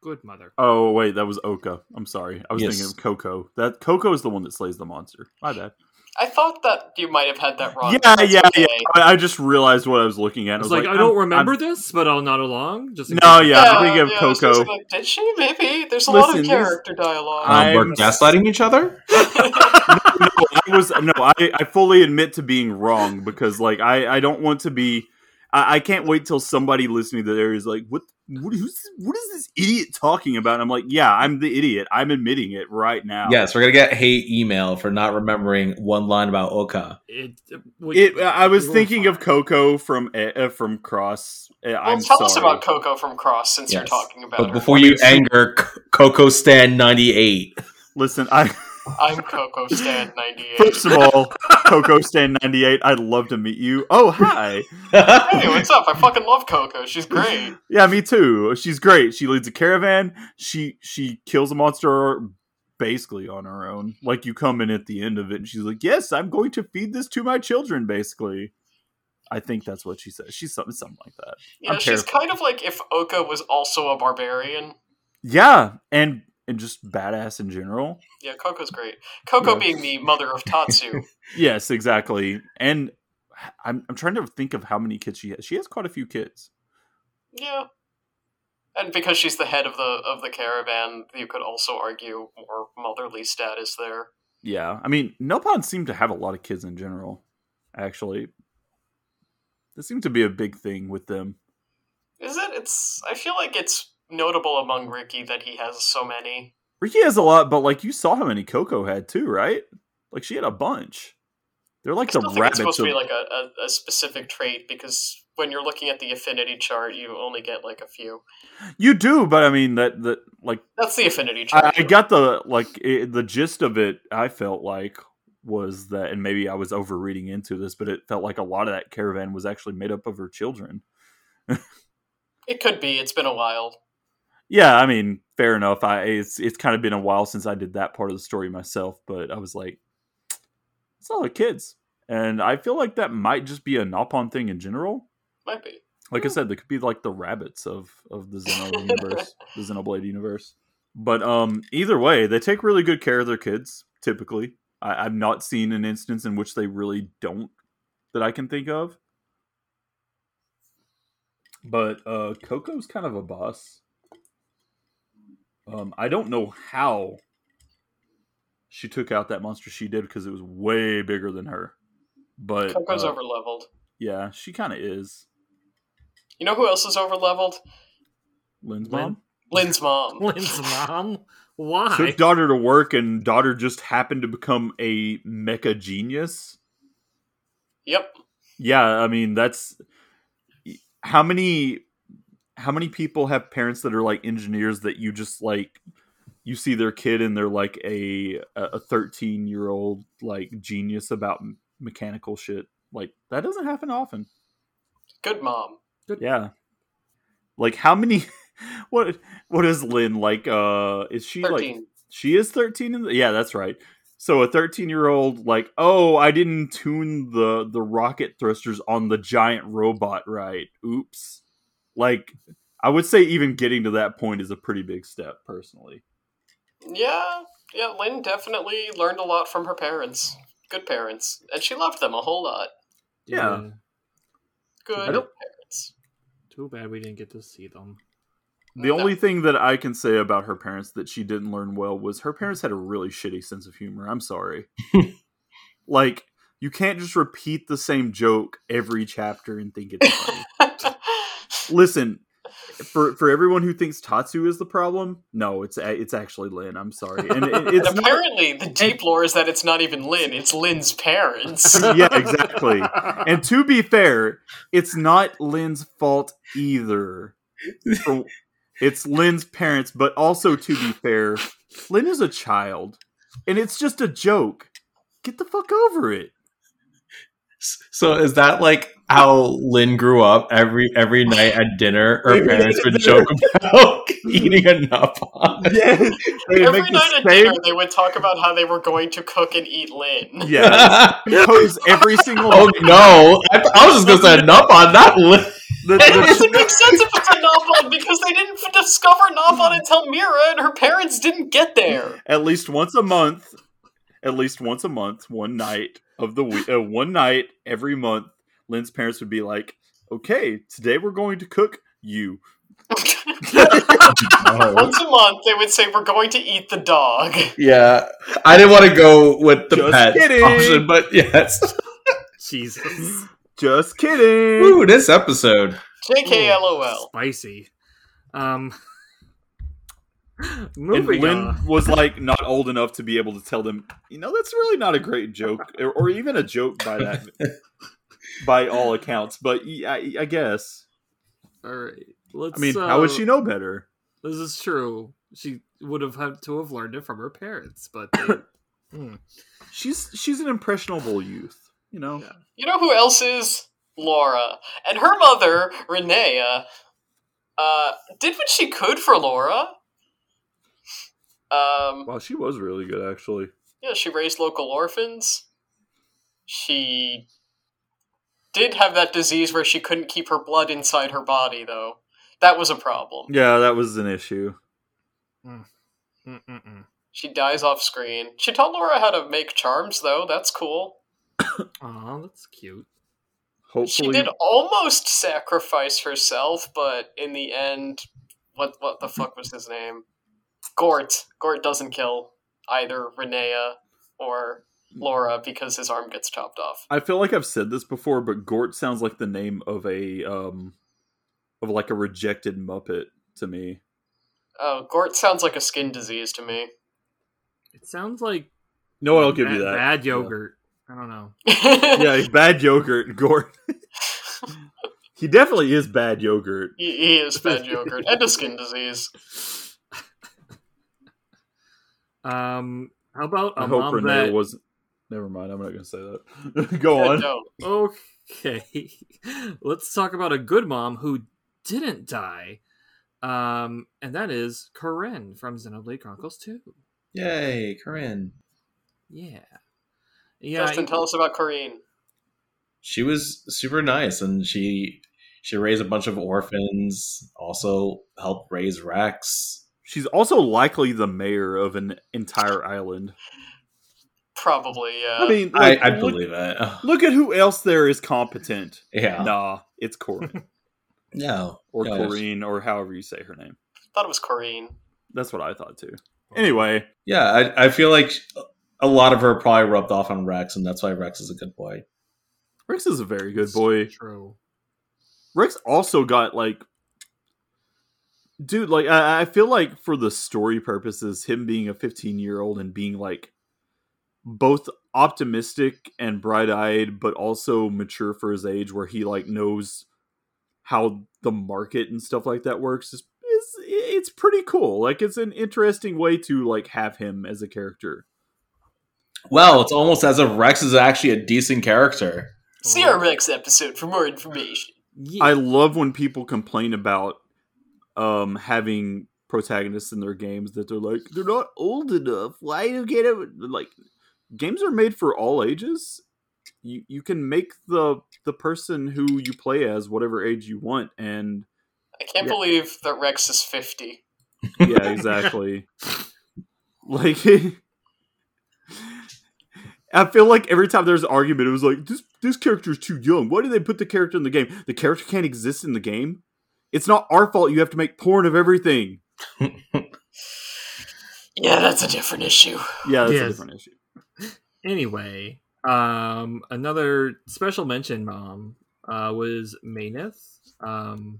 [SPEAKER 1] Good mother.
[SPEAKER 3] Oh wait, that was Oka. I'm sorry. I was
[SPEAKER 2] Yes.
[SPEAKER 3] thinking of Coco. That Coco is the one that slays the monster. My bad.
[SPEAKER 4] I thought that you might have had that wrong.
[SPEAKER 3] Yeah,
[SPEAKER 4] but that's
[SPEAKER 3] yeah,
[SPEAKER 4] okay.
[SPEAKER 3] I, I just realized what I was looking at.
[SPEAKER 1] I
[SPEAKER 3] I was
[SPEAKER 1] like, I don't
[SPEAKER 3] I'm-
[SPEAKER 1] remember
[SPEAKER 3] I'm-
[SPEAKER 1] this, but I'll not along. Just in
[SPEAKER 3] No,
[SPEAKER 1] case.
[SPEAKER 3] yeah,
[SPEAKER 1] <laughs>
[SPEAKER 3] I'm thinking of
[SPEAKER 4] I was just
[SPEAKER 3] Coco.
[SPEAKER 4] like, Did she? Maybe there's a lot
[SPEAKER 3] Listen,
[SPEAKER 4] of
[SPEAKER 3] this-
[SPEAKER 4] character dialogue.
[SPEAKER 2] Um, we're
[SPEAKER 3] I'm-
[SPEAKER 2] gaslighting each other?
[SPEAKER 3] I was no, I, I fully admit to being wrong because like I, I don't want to be I, I can't wait till somebody listening to there is like what what who's, what is this idiot talking about? And I'm like, yeah, I'm the idiot. I'm admitting it right now.
[SPEAKER 2] Yes, we're going to get hate email for not remembering one line about Oka.
[SPEAKER 1] It, it,
[SPEAKER 3] It, uh, I was
[SPEAKER 1] you were
[SPEAKER 3] thinking of
[SPEAKER 1] fine.
[SPEAKER 3] Coco from uh, from Cross. Uh,
[SPEAKER 4] well,
[SPEAKER 3] I'm
[SPEAKER 4] tell us
[SPEAKER 3] sorry.
[SPEAKER 4] about Coco from Cross since you're
[SPEAKER 2] Yes.
[SPEAKER 4] talking about
[SPEAKER 2] But
[SPEAKER 4] her.
[SPEAKER 2] before you anger C- Coco Stan 98.
[SPEAKER 3] Listen, I
[SPEAKER 4] I'm Coco
[SPEAKER 3] <laughs>
[SPEAKER 4] Stan ninety eight.
[SPEAKER 3] first of all, Coco Stan ninety eight. I'd love to meet you. Oh hi,
[SPEAKER 2] <laughs>
[SPEAKER 4] hey, what's up? I fucking love Coco. She's
[SPEAKER 3] <laughs>
[SPEAKER 4] great.
[SPEAKER 3] yeah, me too. She's great. She leads a caravan. She she kills a monster basically on her own. Like you come in at the end of it, and she's like, "Yes, I'm going to feed this to my children." Basically, I think that's what she says. She's something something like that.
[SPEAKER 4] You know,
[SPEAKER 3] I'm
[SPEAKER 4] she's
[SPEAKER 3] terrified.
[SPEAKER 4] kind of like if Oka was also a barbarian.
[SPEAKER 3] Yeah, and and just badass in general.
[SPEAKER 4] Yeah, Coco's great. Coco
[SPEAKER 3] Yeah.
[SPEAKER 4] being the mother of
[SPEAKER 3] <laughs>
[SPEAKER 4] Tatsu.
[SPEAKER 3] Yes, exactly. And I'm I'm trying to think of how many kids she has. She has quite a few kids.
[SPEAKER 4] yeah. And because she's the head of the of the caravan, you could also argue more motherly status there.
[SPEAKER 3] Yeah, I mean, Nopon seemed to have a lot of kids in general. Actually, this seemed to be a big thing with them.
[SPEAKER 4] Is it? It's I feel like it's notable among Ricky that he has so many.
[SPEAKER 3] Ricky has a lot, but like you saw how many Coco had too, right? Like she had a bunch. They're like the
[SPEAKER 4] I still think it's
[SPEAKER 3] rabbits.
[SPEAKER 4] supposed
[SPEAKER 3] of-
[SPEAKER 4] to be like a, a, a specific trait because when you're looking at the affinity chart, you only get like a few.
[SPEAKER 3] you do, but I mean that that like
[SPEAKER 4] That's the affinity chart.
[SPEAKER 3] I, I got the like it, the gist of it. I felt like was that, and maybe I was overreading into this, but it felt like a lot of that caravan was actually made up of her children.
[SPEAKER 4] It could be. It's been a while.
[SPEAKER 3] Yeah, I mean, fair enough. I it's it's kind of been a while since I did that part of the story myself, but I was like, it's all the kids, and I feel like that might just be a Nopon thing in general.
[SPEAKER 4] Might be.
[SPEAKER 3] Like I said, they could be like the rabbits of of the
[SPEAKER 4] <laughs>
[SPEAKER 3] Xeno universe, the Xenoblade universe. But um, either way, they take really good care of their kids. Typically, I, I've not seen an instance in which they really don't that I can think of. But uh, Coco's kind of a boss. Um, I don't know how she took out that monster she did because it was way bigger than her. But
[SPEAKER 4] Coco's
[SPEAKER 3] uh,
[SPEAKER 4] over leveled.
[SPEAKER 3] yeah, she kind of is
[SPEAKER 4] You know who else is over leveled?
[SPEAKER 3] Lynn's
[SPEAKER 1] Lynn?
[SPEAKER 3] mom. <laughs>
[SPEAKER 4] Lynn's mom.
[SPEAKER 1] Lynn's <laughs> mom. Why?
[SPEAKER 3] Took daughter to work, and daughter just happened to become a mecha genius.
[SPEAKER 4] Yep.
[SPEAKER 3] Yeah, I mean that's how many how many people have parents that are like engineers that you just like you see their kid and they're like a a 13 year old like genius about m- mechanical shit like that doesn't happen often
[SPEAKER 4] Good mom.
[SPEAKER 3] yeah like how many <laughs> what what is lynn like uh is she like
[SPEAKER 4] 13.
[SPEAKER 3] she is 13 in the, yeah that's right so a 13 year old like oh i didn't tune the the rocket thrusters on the giant robot right oops like i would say even getting to that point is a pretty big step personally
[SPEAKER 4] Yeah. Yeah, Lynn definitely learned a lot from her parents. Good parents. And she loved them a whole lot.
[SPEAKER 3] yeah.
[SPEAKER 4] Good
[SPEAKER 3] I don't-
[SPEAKER 4] parents.
[SPEAKER 1] Too bad we didn't get to see them.
[SPEAKER 3] the
[SPEAKER 4] No.
[SPEAKER 3] only thing that i can say about her parents that she didn't learn well was her parents had a really shitty sense of humor i'm sorry like you can't just repeat the same joke every chapter and think <laughs> it's funny Listen, for for everyone who thinks Tatsu is the problem, no, it's a- it's actually Lin. I'm sorry, and it,
[SPEAKER 4] and
[SPEAKER 3] it's
[SPEAKER 4] <laughs>
[SPEAKER 3] not-
[SPEAKER 4] apparently, the deep lore is that it's not even Lynn, it's
[SPEAKER 3] <laughs>
[SPEAKER 4] Lynn's parents.
[SPEAKER 3] yeah, exactly. And to be fair, it's not Lin's fault either. For- It's Lin's parents, but also to be fair, Lin is a child, and it's just a joke. Get the fuck over it.
[SPEAKER 2] So is that like how Lynn grew up? Every every night at dinner, her
[SPEAKER 3] Every
[SPEAKER 2] parents
[SPEAKER 3] night at
[SPEAKER 2] would joke about <laughs> eating a napalm. <laughs>
[SPEAKER 3] Yeah,
[SPEAKER 4] Every night at dinner, they would talk about how they were going to cook and
[SPEAKER 3] <laughs>
[SPEAKER 4] eat Lynn. <laughs>
[SPEAKER 3] Yeah, pose every single.
[SPEAKER 2] <laughs> oh no! I, I was just gonna say napalm, not Lynn.
[SPEAKER 3] the-
[SPEAKER 4] It
[SPEAKER 3] the-
[SPEAKER 4] doesn't make sense if it's a Navon because they didn't f- discover Navon until Mira and her parents didn't get there.
[SPEAKER 3] at least once a month at least once a month one night of the week uh, one night every month lynn's parents would be like okay today we're going to cook you
[SPEAKER 2] Oh.
[SPEAKER 4] Once a month, they would say, We're going to eat the dog.
[SPEAKER 2] Yeah, I didn't want to go with the
[SPEAKER 3] Just
[SPEAKER 2] pet
[SPEAKER 3] kidding.
[SPEAKER 2] option, but yes.
[SPEAKER 1] <laughs> Jesus.
[SPEAKER 3] just kidding
[SPEAKER 2] Ooh, this episode.
[SPEAKER 4] JK,
[SPEAKER 1] Ooh,
[SPEAKER 4] lol.
[SPEAKER 1] Spicy. <laughs> Um.
[SPEAKER 3] and
[SPEAKER 1] Moving
[SPEAKER 3] lynn
[SPEAKER 1] on. <laughs>
[SPEAKER 3] was like not old enough to be able to tell them you know that's really not a great joke or, or even a joke by that by all accounts but y- i, I guess
[SPEAKER 1] All right. Let's.
[SPEAKER 3] i mean how would she
[SPEAKER 1] uh,
[SPEAKER 3] know better
[SPEAKER 1] This is true. She would have had to have learned it from her parents, but
[SPEAKER 3] <coughs>
[SPEAKER 1] they- Hmm.
[SPEAKER 3] she's she's an impressionable youth you know
[SPEAKER 1] Yeah.
[SPEAKER 4] You know who else is? Laura. And her mother, Renea, uh, did what she could for Laura. Um,
[SPEAKER 3] wow she was really good actually
[SPEAKER 4] Yeah, she raised local orphans. She did have that disease where she couldn't keep her blood inside her body, though. That was a problem.
[SPEAKER 3] yeah that was an issue
[SPEAKER 1] Mm, mm, mm.
[SPEAKER 4] She dies off screen. She taught Laura how to make charms, though. That's cool.
[SPEAKER 1] Aw, that's cute.
[SPEAKER 3] hopefully
[SPEAKER 4] She did almost sacrifice herself, but in the end, what what the fuck was his name? Gort. Gort doesn't kill either Renea or Laura because his arm gets chopped off.
[SPEAKER 3] I feel like I've said this before, but Gort sounds like the name of a um of like a rejected Muppet to me.
[SPEAKER 4] Oh, Gort sounds like a skin disease to me. <laughs>
[SPEAKER 1] It sounds like
[SPEAKER 3] No, I'll give you
[SPEAKER 1] bad-
[SPEAKER 3] that.
[SPEAKER 1] Bad yogurt. I don't
[SPEAKER 3] <laughs>
[SPEAKER 1] know.
[SPEAKER 3] Yeah,
[SPEAKER 4] <laughs>
[SPEAKER 3] yeah bad yogurt, Gort. <laughs> he definitely is bad yogurt.
[SPEAKER 4] He, he is bad yogurt and a skin disease.
[SPEAKER 1] Um, how about a
[SPEAKER 3] I hope
[SPEAKER 1] mom
[SPEAKER 3] Renee
[SPEAKER 1] that
[SPEAKER 3] wasn't. Never mind, I'm not gonna say that. <laughs> <laughs> Go
[SPEAKER 4] Yeah,
[SPEAKER 3] on.
[SPEAKER 4] no.
[SPEAKER 1] okay? <laughs> Let's talk about a good mom who didn't die, um, and that is Corinne from Xenoblade Chronicles Two.
[SPEAKER 2] Yay, Corinne.
[SPEAKER 1] Yeah, yeah.
[SPEAKER 4] Justin, tell us about Corrine.
[SPEAKER 2] She was super nice, and she she raised a bunch of orphans. Also helped raise Rex.
[SPEAKER 3] She's also likely the mayor of an entire island.
[SPEAKER 4] Probably, yeah.
[SPEAKER 3] I mean,
[SPEAKER 2] I,
[SPEAKER 3] like,
[SPEAKER 2] I
[SPEAKER 3] look-
[SPEAKER 2] believe it. <laughs>
[SPEAKER 3] Look at who else there is competent.
[SPEAKER 2] Yeah.
[SPEAKER 3] Nah, it's Corin
[SPEAKER 2] No. <laughs>
[SPEAKER 3] or
[SPEAKER 2] Yeah.
[SPEAKER 3] Corinne or however you say her name.
[SPEAKER 4] thought it was Corrine.
[SPEAKER 3] That's what I thought too. Anyway,
[SPEAKER 2] Yeah, I, I feel like a lot of her probably rubbed off on Rex, and that's why Rex is a good boy.
[SPEAKER 3] Rex is a very good boy.
[SPEAKER 1] True.
[SPEAKER 3] Rex also got like dude like I, I feel like for the story purposes him being a 15 year old and being like both optimistic and bright eyed but also mature for his age where he like knows how the market and stuff like that works is, is it's pretty cool like it's an interesting way to like have him as a character
[SPEAKER 2] Well, it's almost as if Rex is actually a decent character. <laughs>
[SPEAKER 4] See our next episode for more information.
[SPEAKER 1] Yeah.
[SPEAKER 3] I love when people complain about um having protagonists in their games that they're like they're not old enough. Why do you get it? Like games are made for all ages. You you can make the the person who you play as whatever age you want, and
[SPEAKER 4] I can't
[SPEAKER 3] Yeah.
[SPEAKER 4] believe that Rex is fifty.
[SPEAKER 3] yeah, exactly. like, <laughs> I feel like every time there's an argument, it was like this this character's too young. Why did they put the character in the game? The character can't exist in the game. It's not our fault. You have to make porn of everything.
[SPEAKER 4] Yeah, that's a different issue.
[SPEAKER 3] Yeah, that's a
[SPEAKER 1] Yes.
[SPEAKER 3] different issue.
[SPEAKER 1] anyway, um, another special mention mom uh, was Mayneth. Um,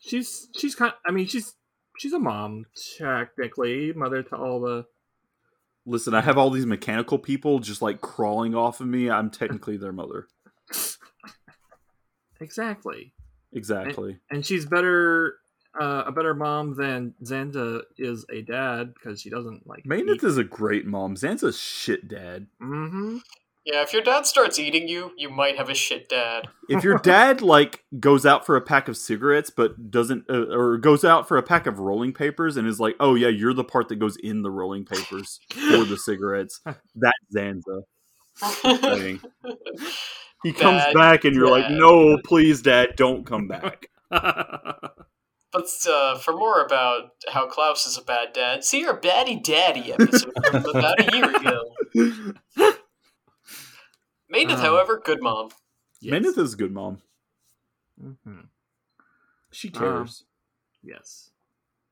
[SPEAKER 1] she's she's kind. I mean, she's she's a mom technically, mother to all the.
[SPEAKER 3] Listen, I have all these mechanical people just like crawling off of me. I'm technically their mother.
[SPEAKER 1] Exactly,
[SPEAKER 3] Exactly.
[SPEAKER 1] and she's better. Uh, a better mom than Xanda is a dad because she doesn't like.
[SPEAKER 3] Mayneth is a great mom. Zan's a shit dad.
[SPEAKER 1] Mm-hmm.
[SPEAKER 4] Yeah, if your dad starts eating you, you might have a shit dad. <laughs>
[SPEAKER 3] if your dad like goes out for a pack of cigarettes but doesn't uh, or goes out for a pack of rolling papers and is like oh yeah you're the part that goes in the rolling papers
[SPEAKER 1] <laughs>
[SPEAKER 3] for the
[SPEAKER 4] <laughs>
[SPEAKER 3] cigarettes that zanza thing he comes
[SPEAKER 4] Bad
[SPEAKER 3] back and you're like
[SPEAKER 4] dad.
[SPEAKER 3] no please dad don't
[SPEAKER 4] <laughs>
[SPEAKER 3] come back
[SPEAKER 4] <laughs> But uh, for more about how Klaus is a bad dad, see our Baddie Daddy episode from about
[SPEAKER 1] <laughs>
[SPEAKER 4] a year ago. Mayneth,
[SPEAKER 1] Um.
[SPEAKER 4] however, good mom.
[SPEAKER 3] Meneth is a good mom
[SPEAKER 1] hmm
[SPEAKER 3] she
[SPEAKER 1] Uh,
[SPEAKER 3] cares
[SPEAKER 1] Yes.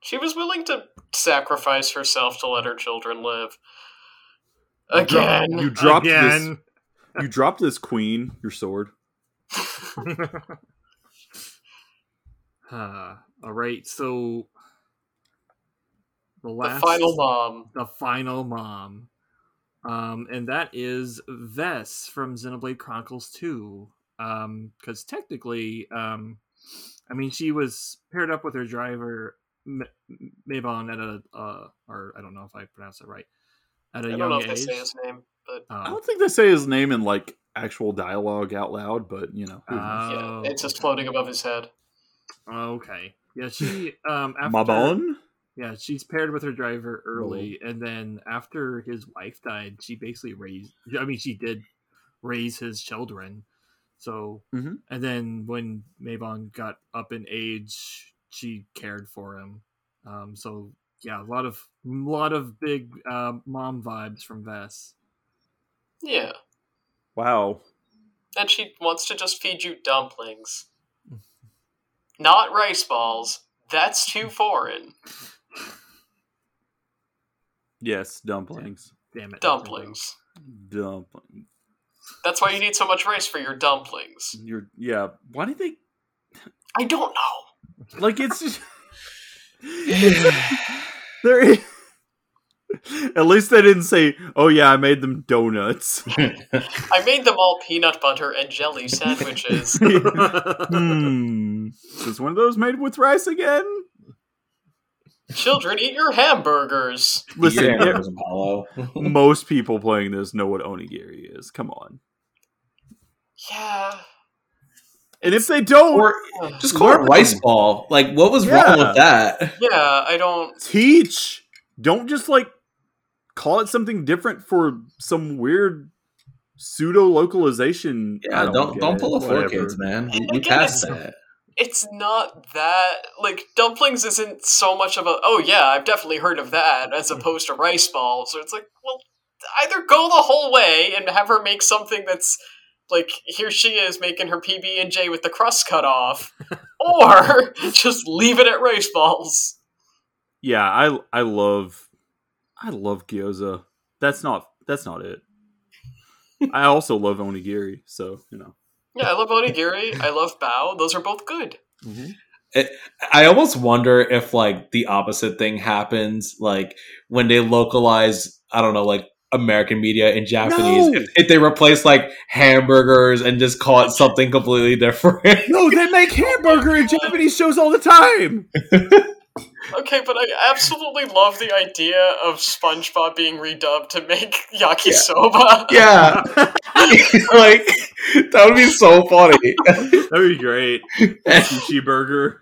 [SPEAKER 4] She was willing to sacrifice herself to let her children live. Again.
[SPEAKER 3] you dropped
[SPEAKER 4] <laughs>
[SPEAKER 1] Again.
[SPEAKER 3] this you dropped this queen your sword
[SPEAKER 1] Uh, all right, so the
[SPEAKER 4] the
[SPEAKER 1] last
[SPEAKER 4] final mom.
[SPEAKER 1] the final mom, um, and that is Vess from Xenoblade Chronicles Two. Um, because technically, um, I mean, she was paired up with her driver M- M- Mavon at a uh, or I don't know if I pronounced it right at a
[SPEAKER 4] I
[SPEAKER 1] young
[SPEAKER 4] don't know if they
[SPEAKER 1] age.
[SPEAKER 4] say his name, but
[SPEAKER 1] Oh,
[SPEAKER 3] i don't think they say his name in like actual dialogue out loud but you know who knows.
[SPEAKER 1] oh,
[SPEAKER 4] yeah, it's just
[SPEAKER 1] okay.
[SPEAKER 4] floating above his head.
[SPEAKER 1] Okay, yeah, she um after
[SPEAKER 3] Mabon?
[SPEAKER 1] Yeah, she's paired with her driver early, and then after his wife died, she basically raised. I mean, she did raise his children. So,
[SPEAKER 3] Mhm.
[SPEAKER 1] and then when Mabon got up in age, she cared for him. Um, so yeah, a lot of lot of big uh, mom vibes from Vess.
[SPEAKER 4] Yeah.
[SPEAKER 3] wow
[SPEAKER 4] And she wants to just feed you dumplings. Not rice balls. That's too foreign.
[SPEAKER 3] yes dumplings
[SPEAKER 1] Damn it, Nintendo.
[SPEAKER 4] Dumplings.
[SPEAKER 3] dumpling.
[SPEAKER 4] That's why you need so much rice for your dumplings.
[SPEAKER 3] You're yeah. Why did they
[SPEAKER 4] I don't know.
[SPEAKER 3] like? It's just, <laughs> there. Is, at least they didn't say, "Oh yeah, I made them donuts." <laughs>
[SPEAKER 4] I made them all peanut butter and jelly sandwiches.
[SPEAKER 3] Hmm. Is this one of those made with rice again?
[SPEAKER 4] Children, eat your hamburgers.
[SPEAKER 3] Listen,
[SPEAKER 2] Yeah,
[SPEAKER 3] e-
[SPEAKER 2] Apollo.
[SPEAKER 3] most people playing this know what onigiri is. Come on,
[SPEAKER 4] Yeah.
[SPEAKER 3] and if they don't,
[SPEAKER 2] <laughs> or just call it rice ball. Like, what was wrong
[SPEAKER 3] Yeah.
[SPEAKER 2] with that?
[SPEAKER 4] Yeah, I don't.
[SPEAKER 3] teach. Don't just like call it something different for some weird pseudo localization.
[SPEAKER 2] Yeah, don't don't, pull a four kids, man. We, we
[SPEAKER 4] Again,
[SPEAKER 2] passed
[SPEAKER 4] it's-
[SPEAKER 2] that.
[SPEAKER 4] It's not that. Like, dumplings isn't so much of a, oh yeah, I've definitely heard of that, as opposed to rice balls. So it's like, well, either go the whole way and have her make something that's. Like here she is making her PB and J with the crust cut off, or just leave it at rice balls.
[SPEAKER 3] Yeah, I I love I love gyoza. That's not that's not it. I also love onigiri, so you know.
[SPEAKER 4] Yeah, I love onigiri. I love bao. Those are both good.
[SPEAKER 2] I almost wonder if like the opposite thing happens, like when they localize, I don't know, like American media in Japanese,
[SPEAKER 5] No.
[SPEAKER 2] if, if they replace like hamburgers and just call it something completely different. <laughs>
[SPEAKER 1] No, they make hamburger in Japanese shows all the time.
[SPEAKER 4] Okay, but I absolutely love the idea of SpongeBob being redubbed to make <laughs> yakisoba.
[SPEAKER 2] yeah, <laughs> like that would be so funny. <laughs>
[SPEAKER 1] <laughs>
[SPEAKER 3] That'd be great. Sushi burger.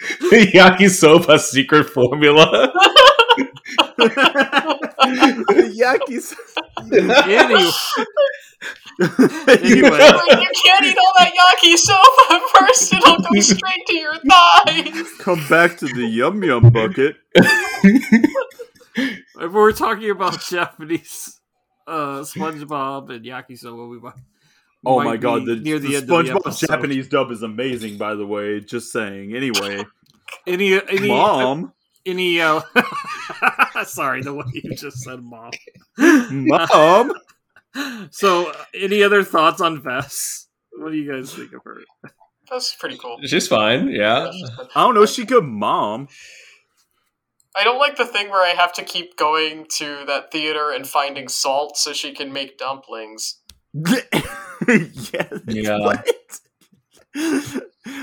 [SPEAKER 2] Yakisoba secret formula.
[SPEAKER 1] Yakis. <laughs> anyway,
[SPEAKER 3] <laughs>
[SPEAKER 1] anyway,
[SPEAKER 4] Like, you can't eat all that yakisoba first; it'll go straight to your thighs.
[SPEAKER 3] Come back to the yum yum bucket.
[SPEAKER 1] if we're talking about <laughs> Japanese uh, SpongeBob and yakisoba, we might.
[SPEAKER 3] Oh
[SPEAKER 1] might
[SPEAKER 3] my god,
[SPEAKER 1] be
[SPEAKER 3] the,
[SPEAKER 1] near the,
[SPEAKER 3] the
[SPEAKER 1] end of the
[SPEAKER 3] SpongeBob
[SPEAKER 1] episode.
[SPEAKER 3] Japanese dub is amazing, by the way. Just saying.
[SPEAKER 1] <laughs>
[SPEAKER 3] Anyway,
[SPEAKER 1] Any any
[SPEAKER 3] mom,
[SPEAKER 1] any uh, <laughs> sorry, the way you just said
[SPEAKER 3] <laughs>
[SPEAKER 1] mom.
[SPEAKER 3] mom,
[SPEAKER 1] so, uh, any other thoughts on Vess? What do you guys think of her?
[SPEAKER 4] That's pretty cool.
[SPEAKER 2] She's fine. Yeah.
[SPEAKER 3] I don't know. She could mom.
[SPEAKER 4] I don't like the thing where I have to keep going to that theater and finding salt so she can make dumplings.
[SPEAKER 3] yeah.
[SPEAKER 2] Yeah.
[SPEAKER 3] What?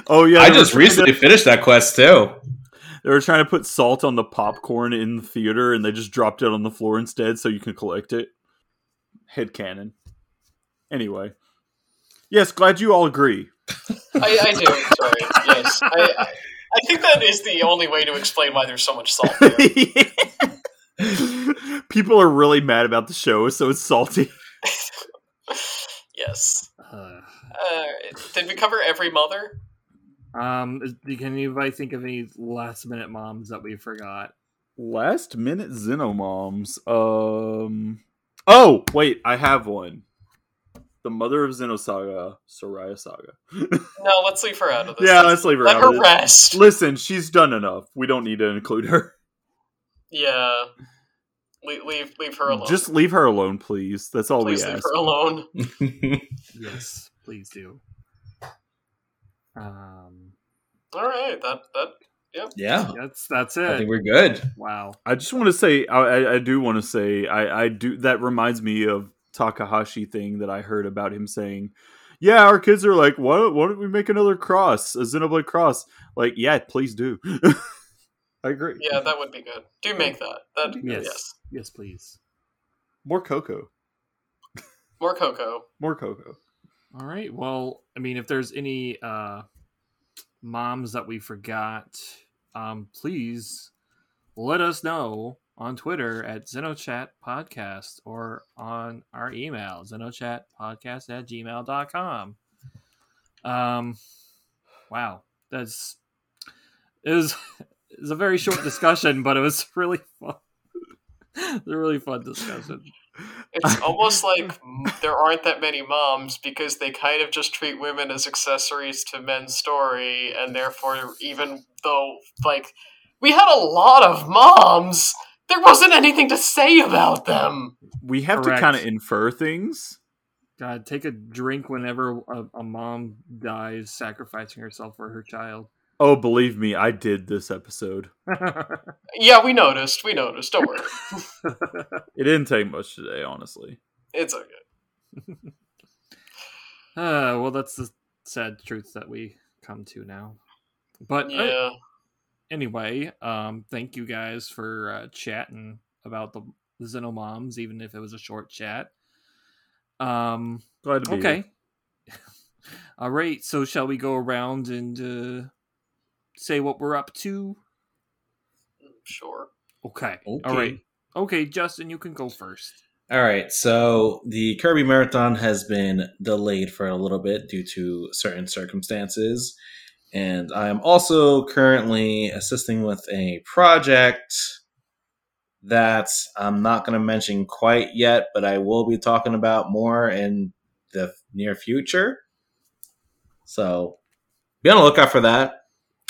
[SPEAKER 3] Oh yeah.
[SPEAKER 2] I
[SPEAKER 3] they were
[SPEAKER 2] just
[SPEAKER 3] trying to-
[SPEAKER 2] recently finished that quest too. <laughs>
[SPEAKER 3] they were trying to put salt on the popcorn in the theater, and they just dropped it on the floor instead, so you can collect it. Head cannon. Anyway. Yes, glad you
[SPEAKER 2] <laughs>
[SPEAKER 3] all agree.
[SPEAKER 4] I, I do. Sorry. Yes. I, I, I think that is the only way to explain why there's so much salt. There. <laughs>
[SPEAKER 3] People are really mad about the show, so it's salty.
[SPEAKER 4] Yes.
[SPEAKER 1] Uh,
[SPEAKER 4] Uh, did we cover every mother?
[SPEAKER 1] um, is- can anybody think of any last minute moms that we forgot?
[SPEAKER 3] Last minute Xenomoms. Um. Oh wait, I have one. The mother of Xenosaga, Soraya Saga.
[SPEAKER 4] No. Let's leave her out of this.
[SPEAKER 3] yeah,
[SPEAKER 4] Let's-
[SPEAKER 3] let's leave her
[SPEAKER 4] let
[SPEAKER 3] out. of
[SPEAKER 4] her
[SPEAKER 3] this.
[SPEAKER 4] rest.
[SPEAKER 3] Listen, she's done enough. We don't need to include her.
[SPEAKER 4] Yeah. Le- leave leave her alone.
[SPEAKER 3] Just leave her alone, please. That's all
[SPEAKER 4] please
[SPEAKER 3] we
[SPEAKER 4] leave
[SPEAKER 3] ask.
[SPEAKER 4] her alone.
[SPEAKER 1] Yes, please do. Um,
[SPEAKER 4] All right. That that.
[SPEAKER 2] yeah.
[SPEAKER 1] that's that's
[SPEAKER 2] I think
[SPEAKER 1] it.
[SPEAKER 2] we're good.
[SPEAKER 1] Wow.
[SPEAKER 3] I just want to say, I, I- I do want to say, I, I do. That reminds me of Takahashi thing that I heard about him saying, "Yeah, our kids are like, why don't, why don't we make another cross, a Xenoblade cross? Like, yeah, please do. <laughs> I agree.
[SPEAKER 4] Yeah. That would be good. Do make that. That.
[SPEAKER 1] Yes.
[SPEAKER 4] yes.
[SPEAKER 1] Yes, please.
[SPEAKER 3] More cocoa.
[SPEAKER 4] More cocoa.
[SPEAKER 3] More cocoa.
[SPEAKER 1] All right. Well, I mean, if there's any uh, moms that we forgot, um, please let us know on Twitter at Zenochat Podcast or on our email, zenochatpodcast at gmail.com. Um, wow. That's. It was, <laughs> it was a very short discussion, but it was <laughs> really fun. It was a really fun discussion.
[SPEAKER 3] <laughs>
[SPEAKER 4] It's almost like m- there aren't that many moms because they kind of just treat women as accessories to men's story, and therefore, even though, like, we had a lot of moms, there wasn't anything to say about them.
[SPEAKER 3] We have
[SPEAKER 1] Correct.
[SPEAKER 3] to kind of infer things.
[SPEAKER 1] God, take a drink whenever a, a mom dies, sacrificing herself for her child. <laughs>
[SPEAKER 3] Oh, believe me, I did this episode.
[SPEAKER 4] Yeah, we noticed. We noticed. Don't worry.
[SPEAKER 3] It didn't take much today, honestly.
[SPEAKER 4] It's okay.
[SPEAKER 1] Ah, well, that's the sad truth that we come to now. <laughs> But uh,
[SPEAKER 4] Yeah.
[SPEAKER 1] anyway, um, thank you guys for uh, chatting about the Xenomoms, even if it was a short chat. Um,
[SPEAKER 3] Glad to be
[SPEAKER 1] okay. <laughs>
[SPEAKER 3] here.
[SPEAKER 1] All right. So, shall we go around and uh, say what we're up to?
[SPEAKER 4] Sure. <laughs>
[SPEAKER 1] Okay. All
[SPEAKER 2] Okay.
[SPEAKER 1] right. Okay, Justin, you can go first.
[SPEAKER 2] All right. So the Kirby Marathon has been delayed for a little bit due to certain circumstances. And I am also currently assisting with a project that I'm not going to mention quite yet, but I will be talking about more in the near future. So be on the lookout for that.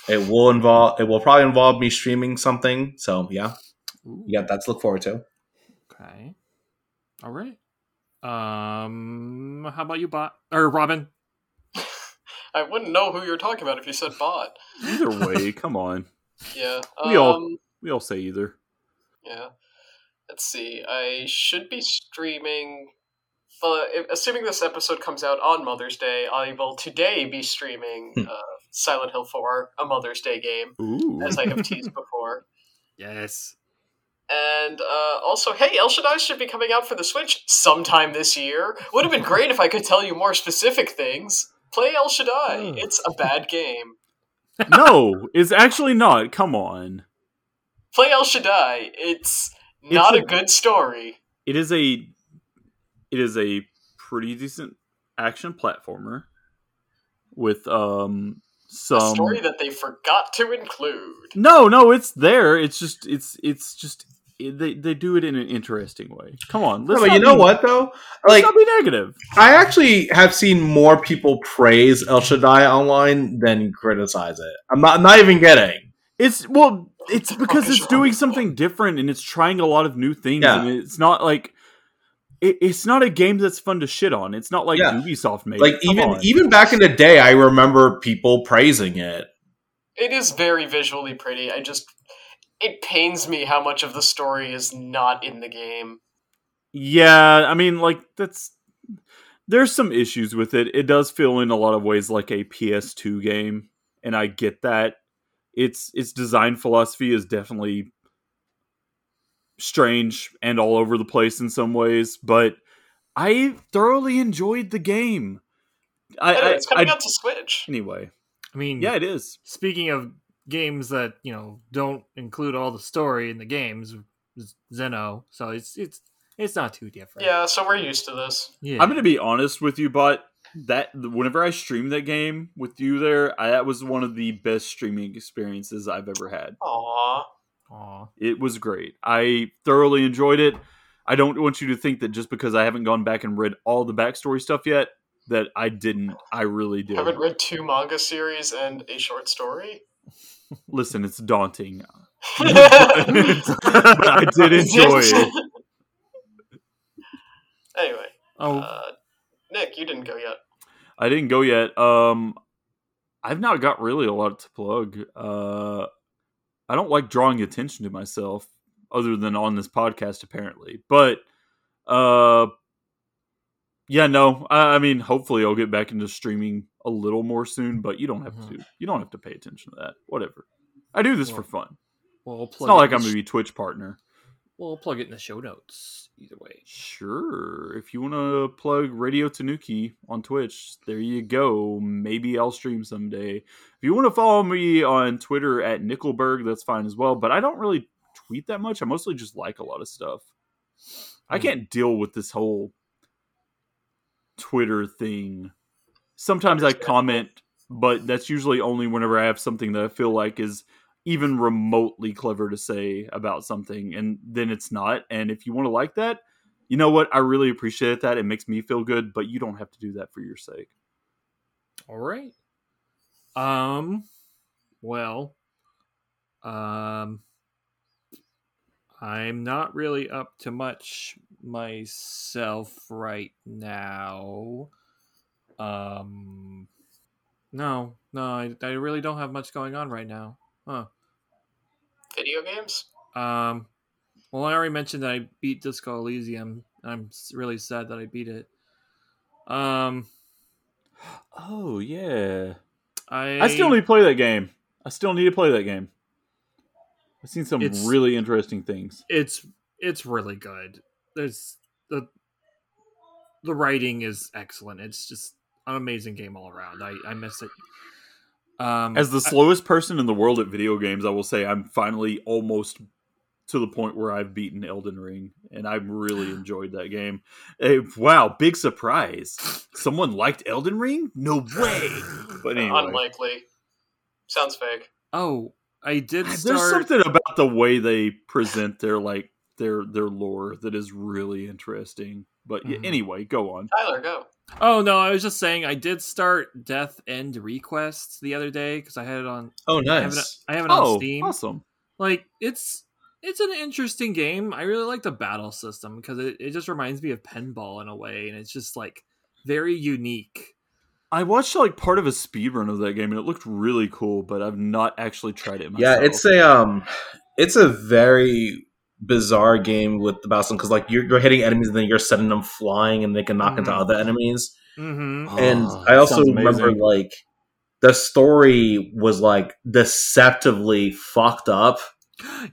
[SPEAKER 2] It will involve, it will probably involve me streaming something. So yeah,
[SPEAKER 1] Ooh.
[SPEAKER 2] you got that to look forward to.
[SPEAKER 1] Okay. All right. Um, how about you, Bot or Robin?
[SPEAKER 4] I wouldn't know who you're talking about if you said bot.
[SPEAKER 3] Either
[SPEAKER 2] <laughs>
[SPEAKER 3] way, come on.
[SPEAKER 4] Yeah.
[SPEAKER 3] We all-
[SPEAKER 4] um,
[SPEAKER 3] We all say either.
[SPEAKER 4] Yeah. Let's see. I should be streaming. Uh, if- assuming this episode comes out on Mother's Day, I will today be streaming
[SPEAKER 2] Hmm.
[SPEAKER 4] uh, Silent Hill 4, a Mother's Day game,
[SPEAKER 3] Ooh.
[SPEAKER 4] as I have teased before.
[SPEAKER 1] Yes.
[SPEAKER 4] And uh, also, hey, El Shaddai should be coming out for the Switch sometime this year. Would have been great if I could tell you more specific things. Play El Shaddai.
[SPEAKER 5] Hmm.
[SPEAKER 4] It's a bad game.
[SPEAKER 3] no, it's actually not. Come on.
[SPEAKER 4] Play El Shaddai. It's not
[SPEAKER 3] a-
[SPEAKER 4] a good story.
[SPEAKER 3] It is a it is a pretty decent action platformer with um
[SPEAKER 4] A
[SPEAKER 3] some
[SPEAKER 4] story that they forgot to include.
[SPEAKER 3] No, no, it's there. It's just it's it's just it, they they do it in an interesting way. Come on,
[SPEAKER 2] No,
[SPEAKER 3] let's
[SPEAKER 2] but
[SPEAKER 3] not
[SPEAKER 2] you know
[SPEAKER 3] be-
[SPEAKER 2] what though? Like
[SPEAKER 3] Let's not be negative.
[SPEAKER 2] I actually have seen more people praise El Shaddai online than criticize it. I'm not I'm not even getting.
[SPEAKER 3] It's well, it's
[SPEAKER 4] Fuck
[SPEAKER 3] because
[SPEAKER 4] is
[SPEAKER 3] it's
[SPEAKER 4] wrong
[SPEAKER 3] doing
[SPEAKER 4] with you?
[SPEAKER 3] something different and it's trying a lot of new things.
[SPEAKER 2] Yeah.
[SPEAKER 3] And it's not like it, it's not a game that's fun to shit on. It's not like
[SPEAKER 2] Yeah.
[SPEAKER 3] Ubisoft made.
[SPEAKER 2] Like
[SPEAKER 3] it. Come
[SPEAKER 2] even
[SPEAKER 3] on.
[SPEAKER 2] even back in the day, I remember people praising it.
[SPEAKER 4] It is very visually pretty. I just it pains me how much of the story is not in the game.
[SPEAKER 3] yeah, I mean, like that's there's some issues with it. It does feel in a lot of ways like a PS2 game, and I get that. Its its design philosophy is definitely strange and all over the place in some ways, but I thoroughly enjoyed the game. I,
[SPEAKER 4] I,
[SPEAKER 3] I,
[SPEAKER 4] it's coming
[SPEAKER 3] I-
[SPEAKER 4] out to Switch.
[SPEAKER 3] anyway.
[SPEAKER 1] I mean,
[SPEAKER 3] Yeah, it is.
[SPEAKER 1] Speaking of games that you know don't include all the story in the games, is Zeno. So it's it's it's not too different.
[SPEAKER 4] Yeah, so we're used to this.
[SPEAKER 1] yeah.
[SPEAKER 3] I'm gonna be honest with you, but that whenever I streamed that game with you there, I, that was one of the best streaming experiences I've ever had.
[SPEAKER 4] Aww.
[SPEAKER 1] Aw.
[SPEAKER 3] It was great. I thoroughly enjoyed it. I don't want you to think that just because I haven't gone back and read all the backstory stuff yet that I didn't. I really did.
[SPEAKER 4] Haven't read two manga series and a
[SPEAKER 3] <laughs>
[SPEAKER 4] short story. <laughs>
[SPEAKER 3] Listen, it's daunting, <laughs>
[SPEAKER 4] Is
[SPEAKER 3] but I did enjoy it.
[SPEAKER 4] anyway,
[SPEAKER 1] Oh,
[SPEAKER 4] uh, Nick, you didn't go yet.
[SPEAKER 3] I didn't go yet. Um, I've not got really a lot to plug. Uh, I don't like drawing attention to myself, other than on this podcast, apparently. But, uh, yeah, no. I, I mean, hopefully, I'll get back into streaming a little more soon. But you don't have to.
[SPEAKER 1] Mhm.
[SPEAKER 3] Do, you don't have to pay attention to that. Whatever. I do this for
[SPEAKER 1] Well,
[SPEAKER 3] fun.
[SPEAKER 1] well, we'll
[SPEAKER 3] It's
[SPEAKER 1] plug
[SPEAKER 3] not
[SPEAKER 1] it
[SPEAKER 3] like
[SPEAKER 1] in
[SPEAKER 3] I'm
[SPEAKER 1] the
[SPEAKER 3] gonna
[SPEAKER 1] sh-
[SPEAKER 3] be Twitch partner.
[SPEAKER 1] We'll plug it in the show notes either way.
[SPEAKER 3] Sure. If you want to plug Radio Tanuki on Twitch, there you go. Maybe I'll stream someday. If you want to follow me on Twitter at Nickelberg, that's fine as well. But I don't really tweet that much. I mostly just like a lot of stuff. I
[SPEAKER 1] Hmm.
[SPEAKER 3] can't deal with this whole Twitter thing. Sometimes I
[SPEAKER 4] Understandable.
[SPEAKER 3] comment, but that's usually only whenever I have something that I feel like is even remotely clever to say about something, and then it's not. And if you want to like that, you know what? I really appreciate that. It makes me feel good, but you don't have to do that for your sake.
[SPEAKER 1] All right. Um. Well. Um. I'm not really up to much myself right now. Um. No, no, I, I really don't have much going on right now. Huh.
[SPEAKER 4] Video games?
[SPEAKER 1] Um. Well, I already mentioned that I beat Disco Elysium. I'm s- really sad that I beat it. Um.
[SPEAKER 3] Oh, yeah.
[SPEAKER 1] I
[SPEAKER 3] I still need to play that game. I still need to play that game. I've seen some
[SPEAKER 1] It's-
[SPEAKER 3] really interesting things.
[SPEAKER 1] it's it's really good. There's the the writing is excellent. It's just an amazing game all around. I I miss it. Um,
[SPEAKER 3] As the
[SPEAKER 1] I-
[SPEAKER 3] slowest person in the world at video games, I will say I'm finally almost to the point where I've beaten Elden Ring, and
[SPEAKER 1] <sighs>
[SPEAKER 3] I really enjoyed that game. Eh, wow, big surprise! Someone liked Elden Ring? No way! But anyway,
[SPEAKER 4] Unlikely. Sounds fake.
[SPEAKER 1] oh, I did start.
[SPEAKER 3] Ah, there's something about the way they present their like their their lore that is really interesting. But yeah,
[SPEAKER 1] Mhm.
[SPEAKER 3] anyway, go on.
[SPEAKER 4] Tyler, go.
[SPEAKER 1] Oh no, I was just saying I did start Death End Request the other day because I had it on.
[SPEAKER 2] Oh,
[SPEAKER 1] I have it, I have it on
[SPEAKER 3] Oh,
[SPEAKER 1] Steam.
[SPEAKER 3] awesome!
[SPEAKER 1] like it's it's an interesting game i really like the battle system because it, it just reminds me of pinball in a way and it's just like very unique
[SPEAKER 3] I watched like part of a speed run of that game and it looked really cool, but I've not actually tried it myself.
[SPEAKER 2] Yeah, it's a um, it's a very bizarre game with the bouncing because like you're, you're hitting enemies and then you're sending them flying and they can knock into
[SPEAKER 1] Mhm.
[SPEAKER 2] other enemies.
[SPEAKER 1] Mm-hmm.
[SPEAKER 2] and
[SPEAKER 3] Ah,
[SPEAKER 2] I also
[SPEAKER 3] sounds
[SPEAKER 2] remember
[SPEAKER 3] amazing.
[SPEAKER 2] like the story was like deceptively fucked up.
[SPEAKER 1] <gasps>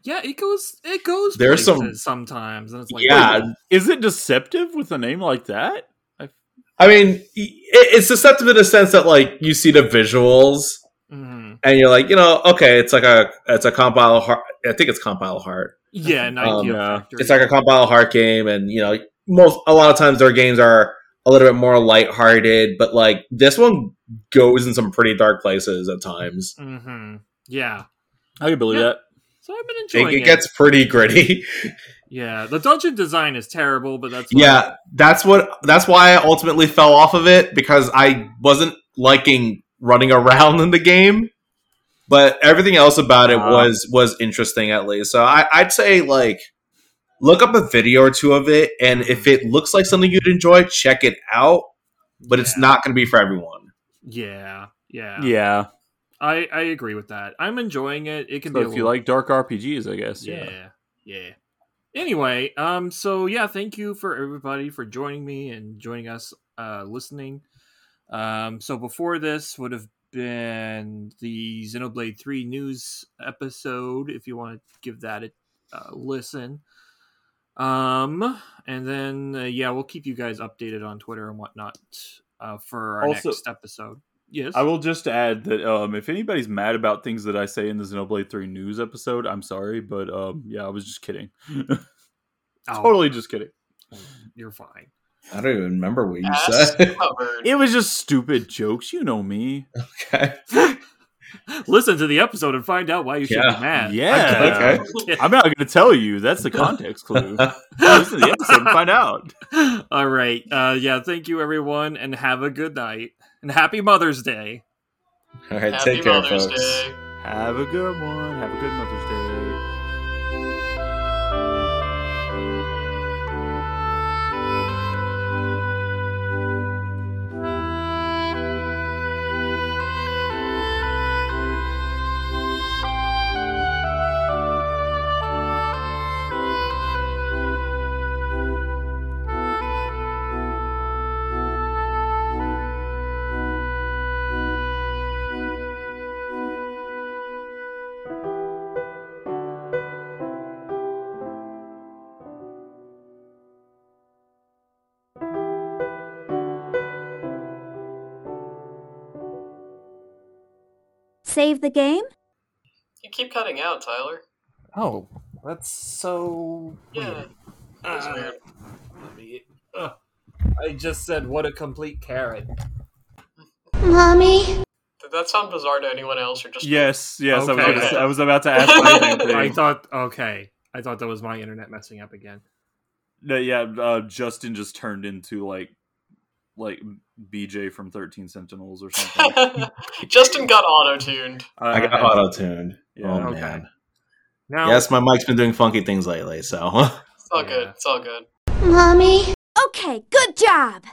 [SPEAKER 1] Yeah, it goes. It goes.
[SPEAKER 2] There's some-
[SPEAKER 1] places sometimes, and it's like
[SPEAKER 2] yeah,
[SPEAKER 3] Is it deceptive with a name like that?
[SPEAKER 2] I mean, i- it's deceptive in the sense that like you see the visuals
[SPEAKER 1] mhm.
[SPEAKER 2] and you're like, you know, okay, it's like a it's a compile heart. I think it's compile heart.
[SPEAKER 3] <laughs>
[SPEAKER 1] yeah, an
[SPEAKER 2] Um,
[SPEAKER 1] idea
[SPEAKER 3] yeah.
[SPEAKER 1] factory.
[SPEAKER 2] It's like a compile heart game, and you know, most a lot of times their games are a little bit more lighthearted, but like this one goes in some pretty dark places at times.
[SPEAKER 1] hmm Yeah.
[SPEAKER 3] I can believe
[SPEAKER 1] Yeah.
[SPEAKER 3] that.
[SPEAKER 1] So I've been
[SPEAKER 2] It,
[SPEAKER 1] enjoying
[SPEAKER 2] it gets pretty gritty.
[SPEAKER 1] Yeah, the dungeon design is terrible, but that's
[SPEAKER 2] Yeah, that's what that's why I ultimately fell off of it because I wasn't liking running <laughs> around in the game. But everything else about it
[SPEAKER 3] Ah.
[SPEAKER 2] was was interesting at least. So I, I'd say like look up a video or two of it and if it looks like something you'd enjoy, check it out. But it's
[SPEAKER 1] Yeah.
[SPEAKER 2] not gonna be for everyone.
[SPEAKER 1] Yeah, yeah,
[SPEAKER 3] Yeah.
[SPEAKER 1] I I agree with that. I'm enjoying it. It can
[SPEAKER 3] So
[SPEAKER 1] be a
[SPEAKER 3] if you
[SPEAKER 1] little-
[SPEAKER 3] like dark RPGs, I guess. Yeah.
[SPEAKER 1] yeah, yeah. Anyway, um, so yeah, thank you for everybody for joining me and joining us, uh, listening. Um, so before this would have been the Xenoblade Three news episode, if you want to give that a uh, listen. Um, and then uh, yeah, we'll keep you guys updated on Twitter and whatnot uh, for our
[SPEAKER 3] Also-
[SPEAKER 1] next episode. Yes,
[SPEAKER 3] I will just add that um, if anybody's mad about things that I say in the Xenoblade 3 news episode, I'm sorry, but um, yeah, I was just kidding.
[SPEAKER 1] Oh,
[SPEAKER 3] Totally just kidding.
[SPEAKER 1] You're fine.
[SPEAKER 2] I don't even remember what you
[SPEAKER 4] Ass
[SPEAKER 2] said. <laughs>
[SPEAKER 4] covered.
[SPEAKER 3] It was just stupid jokes. You know me.
[SPEAKER 2] okay.
[SPEAKER 1] <laughs> Listen to the episode and find out why you should
[SPEAKER 2] Yeah.
[SPEAKER 1] be mad.
[SPEAKER 3] Yeah.
[SPEAKER 1] <laughs> Okay.
[SPEAKER 3] I'm not going to tell you. That's the context <laughs> clue. Listen to the episode and find out.
[SPEAKER 1] <laughs> All right. Uh, yeah. Thank you, everyone, and have a good night and happy Mother's Day.
[SPEAKER 2] All right,
[SPEAKER 4] Happy
[SPEAKER 2] take care,
[SPEAKER 4] Mother's
[SPEAKER 2] folks.
[SPEAKER 4] Day.
[SPEAKER 3] Have a good one. Have a good Mother's Day.
[SPEAKER 6] Save the game?
[SPEAKER 4] You keep cutting out, Tyler.
[SPEAKER 5] Oh, that's so
[SPEAKER 4] Yeah.
[SPEAKER 5] weird.
[SPEAKER 4] that was
[SPEAKER 1] Uh,
[SPEAKER 4] weird.
[SPEAKER 5] Let me- Ugh. I just said what a complete carrot.
[SPEAKER 6] Mommy?
[SPEAKER 4] Did that sound bizarre to anyone else or just
[SPEAKER 3] Yes, yes. I, was
[SPEAKER 1] Okay.
[SPEAKER 3] about to, I was about to ask the
[SPEAKER 1] <laughs>
[SPEAKER 3] same thing.
[SPEAKER 1] I thought. Okay. I thought that was my internet messing up again.
[SPEAKER 3] No, yeah, uh, Justin just turned into like like BJ from Thirteen Sentinels or something.
[SPEAKER 4] <laughs>
[SPEAKER 3] Uh,
[SPEAKER 4] Justin got auto tuned.
[SPEAKER 2] <laughs> I got auto tuned.
[SPEAKER 3] Yeah.
[SPEAKER 2] oh
[SPEAKER 1] Okay.
[SPEAKER 2] man.
[SPEAKER 1] Now,
[SPEAKER 2] Yes, my mic's been doing funky things lately, so <laughs>
[SPEAKER 4] It's all good.
[SPEAKER 1] Yeah.
[SPEAKER 4] It's all good.
[SPEAKER 6] Mommy? Okay, good job!